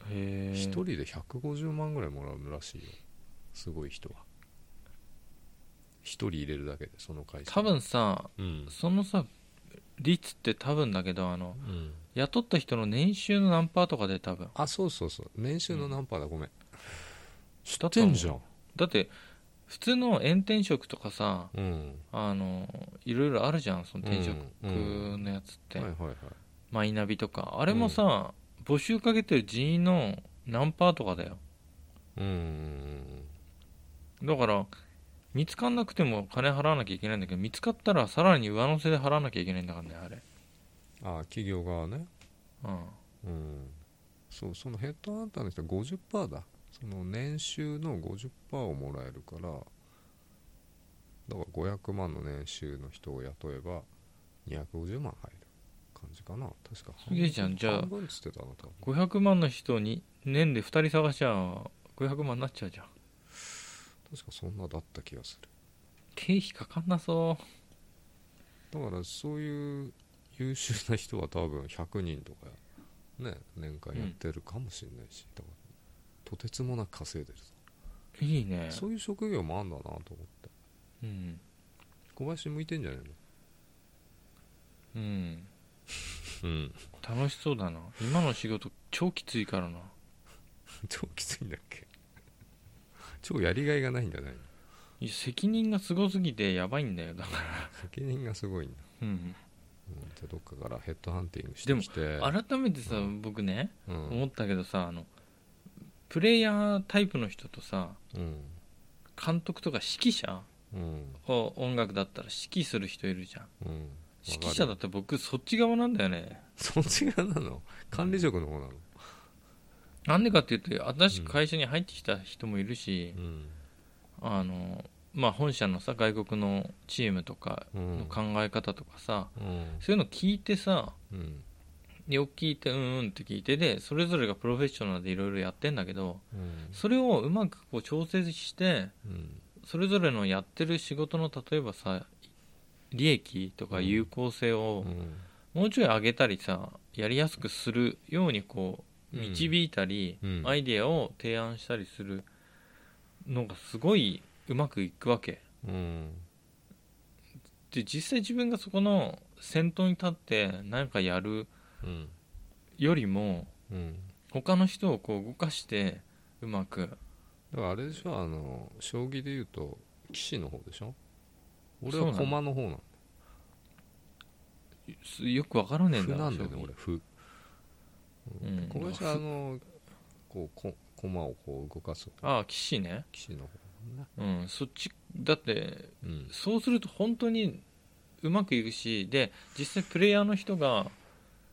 [SPEAKER 1] て
[SPEAKER 2] へえ
[SPEAKER 1] 一人で150万ぐらいもらうらしいよすごい人は一人入れるだけでその会社
[SPEAKER 2] 多分さ
[SPEAKER 1] うん
[SPEAKER 2] そのさ率って多分だけどあの
[SPEAKER 1] うん
[SPEAKER 2] 雇った人の年収の何パーとかで多分
[SPEAKER 1] あそうそうそう年収の何パーだごめん
[SPEAKER 2] 知
[SPEAKER 1] 知ってんじゃん
[SPEAKER 2] だって普通の炎天職とかさ
[SPEAKER 1] うん
[SPEAKER 2] あのいろいろあるじゃんその転職
[SPEAKER 1] うん
[SPEAKER 2] のやつって、
[SPEAKER 1] はいはいはい
[SPEAKER 2] マイナビとかあれもさ、募集かけてる人員の何パーとかだよ
[SPEAKER 1] うんうん
[SPEAKER 2] だから見つかんなくても金払わなきゃいけないんだけど見つかったらさらに上乗せで払わなきゃいけないんだからねあれ
[SPEAKER 1] あ企業側ね
[SPEAKER 2] うん
[SPEAKER 1] うんそうそのヘッドハンターの人は50%だその年収の50%をもらえるからだから500万の年収の人を雇えば250万入る感じかな確か
[SPEAKER 2] すげえじゃんじゃあ
[SPEAKER 1] 半分っつってたな多分
[SPEAKER 2] 500万の人に年で2人探しちゃ500万になっちゃうじゃん
[SPEAKER 1] 確かそんなだった気がする
[SPEAKER 2] 経費かかんなそ
[SPEAKER 1] だからそういう優秀な人は多分100人とかね年間やってるかもしれないし、だからとてつもなく稼いでるぞ
[SPEAKER 2] ういいね
[SPEAKER 1] そういう職業もあんだなと思って
[SPEAKER 2] うん
[SPEAKER 1] 小林向いてんじゃないの
[SPEAKER 2] うん
[SPEAKER 1] うん
[SPEAKER 2] 楽しそうだな今の仕事超きついからな
[SPEAKER 1] 超きついんだっけ超やりがいがないんじゃないの
[SPEAKER 2] いや責任がすごすぎてやばいんだよだから
[SPEAKER 1] 責任がすごいんだ、
[SPEAKER 2] うん
[SPEAKER 1] うん、じゃあどっかからヘッドハンティングしてきて
[SPEAKER 2] 改めてさ僕ね
[SPEAKER 1] うん
[SPEAKER 2] 思ったけどさあのプレイヤータイプの人とさ
[SPEAKER 1] うん
[SPEAKER 2] 監督とか指揮者
[SPEAKER 1] うん
[SPEAKER 2] を音楽だったら指揮する人いるじゃん
[SPEAKER 1] うん
[SPEAKER 2] 指揮者だったら僕そっち側なんだよね
[SPEAKER 1] そっち側なの管理職の方なの
[SPEAKER 2] なんでかっていうと新しく会社に入ってきた人もいるし、
[SPEAKER 1] うん
[SPEAKER 2] あのまあ、本社のさ外国のチームとか
[SPEAKER 1] うん
[SPEAKER 2] の考え方とかさ、
[SPEAKER 1] うん
[SPEAKER 2] そういうの聞いてさ
[SPEAKER 1] うん
[SPEAKER 2] よく聞いてうんうんって聞いてでそれぞれがプロフェッショナルでいろいろやってんだけど
[SPEAKER 1] うん
[SPEAKER 2] それをうまくこう調整して
[SPEAKER 1] うん
[SPEAKER 2] それぞれのやってる仕事の例えばさ利益とか有効性を
[SPEAKER 1] うん
[SPEAKER 2] もうちょい上げたりさやりやすくするようにこう
[SPEAKER 1] うん
[SPEAKER 2] 導いたり、
[SPEAKER 1] うん
[SPEAKER 2] アイデアを提案したりするのがすごいうまくいくわけ
[SPEAKER 1] うん
[SPEAKER 2] で実際自分がそこの先頭に立って何かやる
[SPEAKER 1] うん
[SPEAKER 2] よりも
[SPEAKER 1] うん
[SPEAKER 2] 他の人をこう動かしてうまく
[SPEAKER 1] だからあれでしょあの将棋でいうと棋士の方でしょ俺
[SPEAKER 2] そう
[SPEAKER 1] は
[SPEAKER 2] なの
[SPEAKER 1] 駒の方なの
[SPEAKER 2] すよくわからねえん
[SPEAKER 1] 歩
[SPEAKER 2] だ
[SPEAKER 1] なんだよね
[SPEAKER 2] 正直
[SPEAKER 1] 俺歩
[SPEAKER 2] うん
[SPEAKER 1] 小林はあのこうこ駒をこう動かす
[SPEAKER 2] ああ棋士ね
[SPEAKER 1] 棋士の方ね
[SPEAKER 2] うんそっちだって
[SPEAKER 1] うん
[SPEAKER 2] そうすると本当にうまくいくしで実際プレイヤーの人が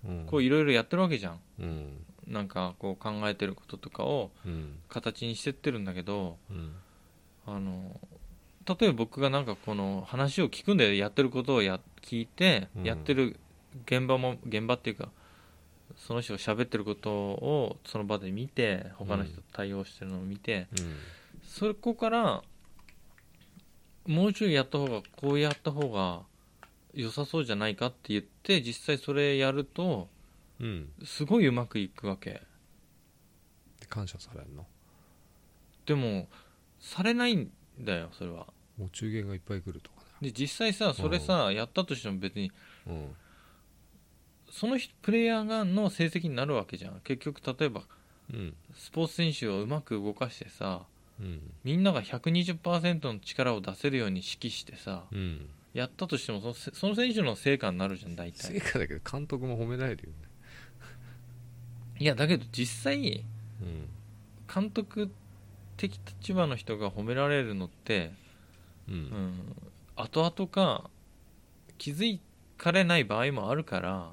[SPEAKER 1] うん
[SPEAKER 2] こういろいろやってるわけじゃん
[SPEAKER 1] うん
[SPEAKER 2] なんかこう考えてることとかを
[SPEAKER 1] うん
[SPEAKER 2] 形にしてってるんだけど
[SPEAKER 1] うん
[SPEAKER 2] あの例えば僕がなんかこの話を聞くんでやってることをや聞いて、
[SPEAKER 1] うん
[SPEAKER 2] やってる現場も現場っていうかその人が喋ってることをその場で見て他の人と対応してるのを見て、
[SPEAKER 1] うん
[SPEAKER 2] そこからもうちょいやった方がこうやった方が良さそうじゃないかって言って実際それやると
[SPEAKER 1] うん
[SPEAKER 2] すごいうまくいくわけ
[SPEAKER 1] 感謝されんの
[SPEAKER 2] でもされないんだよそれは
[SPEAKER 1] お中元がいっぱい来るとか
[SPEAKER 2] で実際さそれさ、やったとしても別に
[SPEAKER 1] ね
[SPEAKER 2] その人プレイヤーがの成績になるわけじゃん結局例えば
[SPEAKER 1] うんうん
[SPEAKER 2] スポーツ選手をうまく動かしてさ
[SPEAKER 1] うん
[SPEAKER 2] みんなが120%の力を出せるように指揮してさ
[SPEAKER 1] うん
[SPEAKER 2] やったとしてもそのせその選手の成果になるじゃん大
[SPEAKER 1] 成
[SPEAKER 2] 体
[SPEAKER 1] 果だけど監督も褒められるよね
[SPEAKER 2] いやだけど実際
[SPEAKER 1] うん
[SPEAKER 2] 監督的立場の人が褒められるのって、
[SPEAKER 1] う
[SPEAKER 2] うんん、後々か気づかれない場合もあるから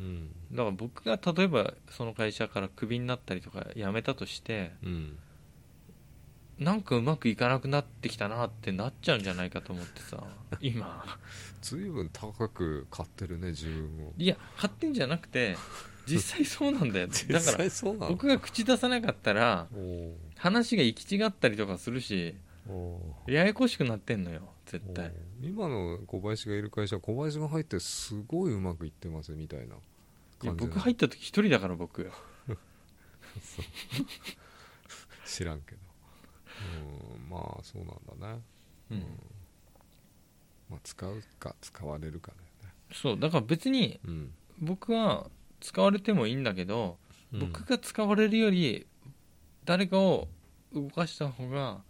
[SPEAKER 1] うん
[SPEAKER 2] だから僕が例えばその会社からクビになったりとか辞めたとして
[SPEAKER 1] うん
[SPEAKER 2] なんかうまくいかなくなってきたなってなっちゃうんじゃないかと思ってさ今
[SPEAKER 1] 随分高く買ってるね自分を
[SPEAKER 2] いや買ってんじゃなくて実際そうなんだよだ
[SPEAKER 1] 実
[SPEAKER 2] から
[SPEAKER 1] 際そうなの
[SPEAKER 2] 僕が口出さなかったら
[SPEAKER 1] おー
[SPEAKER 2] 話が行き違ったりとかするし
[SPEAKER 1] おー
[SPEAKER 2] ややこしくなってんのよ絶対
[SPEAKER 1] おー今の小林がいる会社小林が入ってすごいうまくいってますみたいない
[SPEAKER 2] や
[SPEAKER 1] 感じ
[SPEAKER 2] 僕入った時一人だから僕
[SPEAKER 1] 知らんけどうんまあそうなんだね、
[SPEAKER 2] うん
[SPEAKER 1] まあ、使うか使われるかだよね
[SPEAKER 2] そうだから別に
[SPEAKER 1] うん
[SPEAKER 2] 僕は使われてもいいんだけど、
[SPEAKER 1] うん
[SPEAKER 2] 僕が使われるより誰かを動かした方が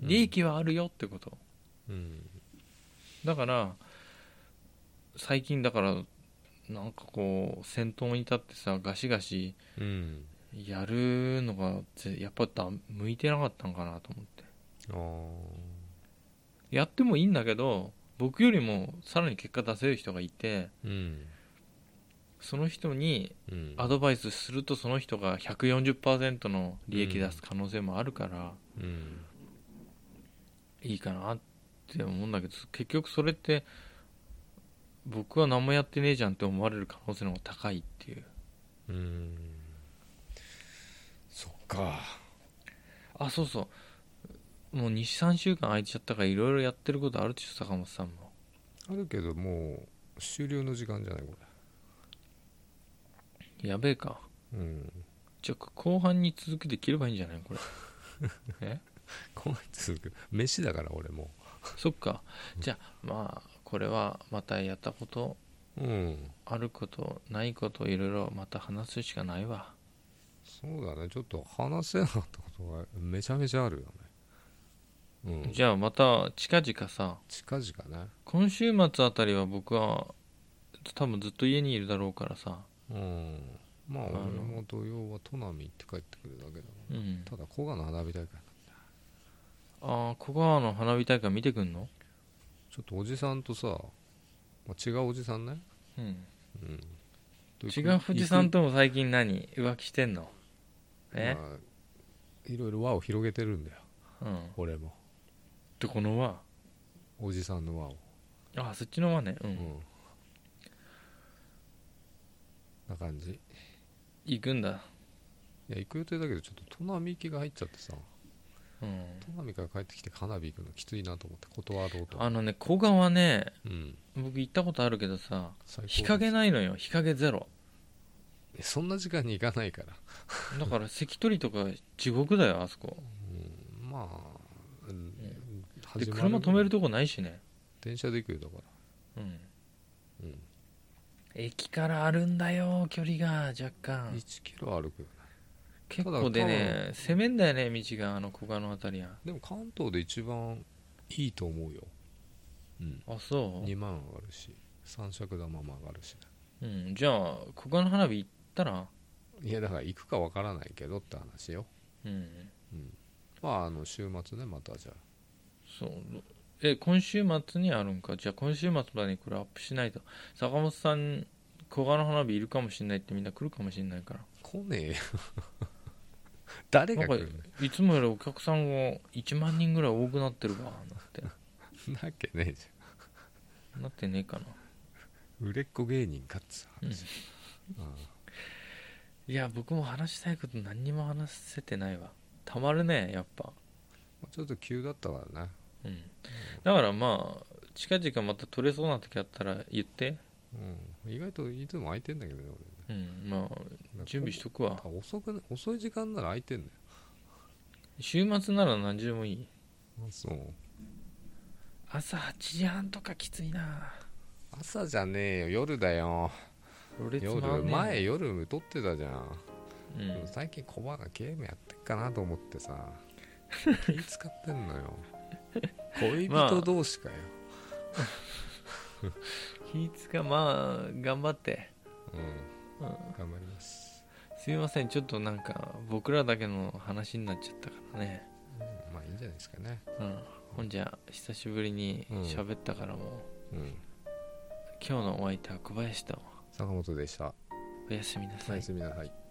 [SPEAKER 2] 利益はあるよってこと、
[SPEAKER 1] うん
[SPEAKER 2] だから最近だからなんかこう先頭に立ってさガシガシ
[SPEAKER 1] うん
[SPEAKER 2] やるのがぜやっぱだ向いてなかったんかなと思って
[SPEAKER 1] あー
[SPEAKER 2] やってもいいんだけど僕よりもさらに結果出せる人がいて
[SPEAKER 1] うん
[SPEAKER 2] その人に
[SPEAKER 1] うん
[SPEAKER 2] アドバイスするとその人が140%の利益出す可能性もあるから、
[SPEAKER 1] うん
[SPEAKER 2] いいかなって思うんだけど結局それって僕は何もやってねえじゃんって思われる可能性の方が高いっていう
[SPEAKER 1] うんそっか
[SPEAKER 2] あそうそうもう23週間空いちゃったからいろいろやってることあるでしょ坂本さんも
[SPEAKER 1] あるけどもう終了の時間じゃないこ
[SPEAKER 2] やべえか
[SPEAKER 1] れうん
[SPEAKER 2] じゃあ後半に続けて切ればいいんじゃないこれ え
[SPEAKER 1] こいつ飯だから俺も
[SPEAKER 2] そっかじゃあまあこれはまたやったこと
[SPEAKER 1] ううん
[SPEAKER 2] あることないこといろいろまた話すしかないわ
[SPEAKER 1] そうだねちょっと話せなかったことがめちゃめちゃあるよねうん
[SPEAKER 2] じゃあまた近々さ、
[SPEAKER 1] 近々ね
[SPEAKER 2] 今週末あたりは僕は多分ずっと家にいるだろうからさ、
[SPEAKER 1] うんまあ
[SPEAKER 2] あ
[SPEAKER 1] 俺
[SPEAKER 2] の
[SPEAKER 1] も土曜は都波行って帰ってくるだけだ
[SPEAKER 2] うん、
[SPEAKER 1] ただ古賀の花火大会
[SPEAKER 2] ああ小川の花火大会見てくんの
[SPEAKER 1] ちょっとおじさんとさ、まあ、違うおじさんね、
[SPEAKER 2] うん
[SPEAKER 1] うん、
[SPEAKER 2] 違う富士山とも最近何浮気してんの
[SPEAKER 1] ね、
[SPEAKER 2] え、
[SPEAKER 1] まあいろいろ輪を広げてるんだよ
[SPEAKER 2] うん
[SPEAKER 1] 俺も
[SPEAKER 2] でこの輪
[SPEAKER 1] おじさんの輪を、
[SPEAKER 2] あそっちの輪ねう
[SPEAKER 1] うんん、な感じい
[SPEAKER 2] 行くんだ
[SPEAKER 1] や行く予定だけどちょっと都波行きが入っちゃってさ
[SPEAKER 2] うん
[SPEAKER 1] 都波から帰ってきて花火行くのきついなと思って断ろうと
[SPEAKER 2] あのね小川はね
[SPEAKER 1] うん
[SPEAKER 2] 僕行ったことあるけどさ
[SPEAKER 1] 最高
[SPEAKER 2] 日陰ないのよ日陰ゼロ
[SPEAKER 1] えそんな時間に行かないから、
[SPEAKER 2] だから関取とか地獄だよあそこ
[SPEAKER 1] うん、まあ、うん、
[SPEAKER 2] で
[SPEAKER 1] 始ま
[SPEAKER 2] 車止めるとこないしね
[SPEAKER 1] 電車で行くよだか
[SPEAKER 2] うん
[SPEAKER 1] ら、うん
[SPEAKER 2] 駅からあるんだよ距離が若干
[SPEAKER 1] 1キロ歩くよね
[SPEAKER 2] 結構でね攻めんだよね道があの古賀のあたりや
[SPEAKER 1] でも関東で一番いいと思うよ、うん、
[SPEAKER 2] あそ
[SPEAKER 1] 2万上がるし三尺玉も上がるし
[SPEAKER 2] う、うん、じゃあ古賀の花火行ったら
[SPEAKER 1] いやだから行くかわからないけどって話よ
[SPEAKER 2] うん
[SPEAKER 1] まああの週末ねまたじゃあ
[SPEAKER 2] そうえ今週末にあるんかじゃあ今週末までにこれアップしないと坂本さん古賀の花火いるかもしんないってみんな来るかもしんないから
[SPEAKER 1] 来ねえよ 誰
[SPEAKER 2] な
[SPEAKER 1] が
[SPEAKER 2] んか
[SPEAKER 1] 来るんだよ
[SPEAKER 2] いつもよりお客さんが1万人ぐらい多くなってるわなって
[SPEAKER 1] なわけねえじ
[SPEAKER 2] なってねえかな
[SPEAKER 1] ゃん売れっ子芸人かっつう話、あ
[SPEAKER 2] いや僕も話したいこと何にも話せてないわたまるねやっぱ
[SPEAKER 1] あちょっと急だったからね
[SPEAKER 2] うんだからまあ近々また取れそうな時あったら言って、
[SPEAKER 1] うん、意外といつも空いてんだけどね
[SPEAKER 2] うん、まあ
[SPEAKER 1] 俺ね
[SPEAKER 2] 準備しとくわ
[SPEAKER 1] あ遅くね遅い時間なら空いてんだよ
[SPEAKER 2] 週末なら何時でもいい
[SPEAKER 1] あそう
[SPEAKER 2] 朝8時半とかきついな
[SPEAKER 1] 朝じゃねえよ夜だよ
[SPEAKER 2] ろれつ
[SPEAKER 1] 夜前
[SPEAKER 2] よ、
[SPEAKER 1] 夜撮ってたじゃん、
[SPEAKER 2] うん
[SPEAKER 1] でも最近コバがゲームやってっかなと思 ってさ気使ってんのよ恋
[SPEAKER 2] まあ
[SPEAKER 1] 人同士かよ、
[SPEAKER 2] 気ぃつかまあ頑張って、うん、
[SPEAKER 1] うん頑張ります、
[SPEAKER 2] すいませんちょっとなんか僕らだけの話になっちゃったからね、
[SPEAKER 1] うんまあいいんじゃないですかね
[SPEAKER 2] うん、ほんじゃ久しぶりに
[SPEAKER 1] うん
[SPEAKER 2] 喋ったからもう、
[SPEAKER 1] うん
[SPEAKER 2] 今日のお相手は小林と
[SPEAKER 1] 坂本でした
[SPEAKER 2] おやすみなさ
[SPEAKER 1] お
[SPEAKER 2] い
[SPEAKER 1] やすみなさい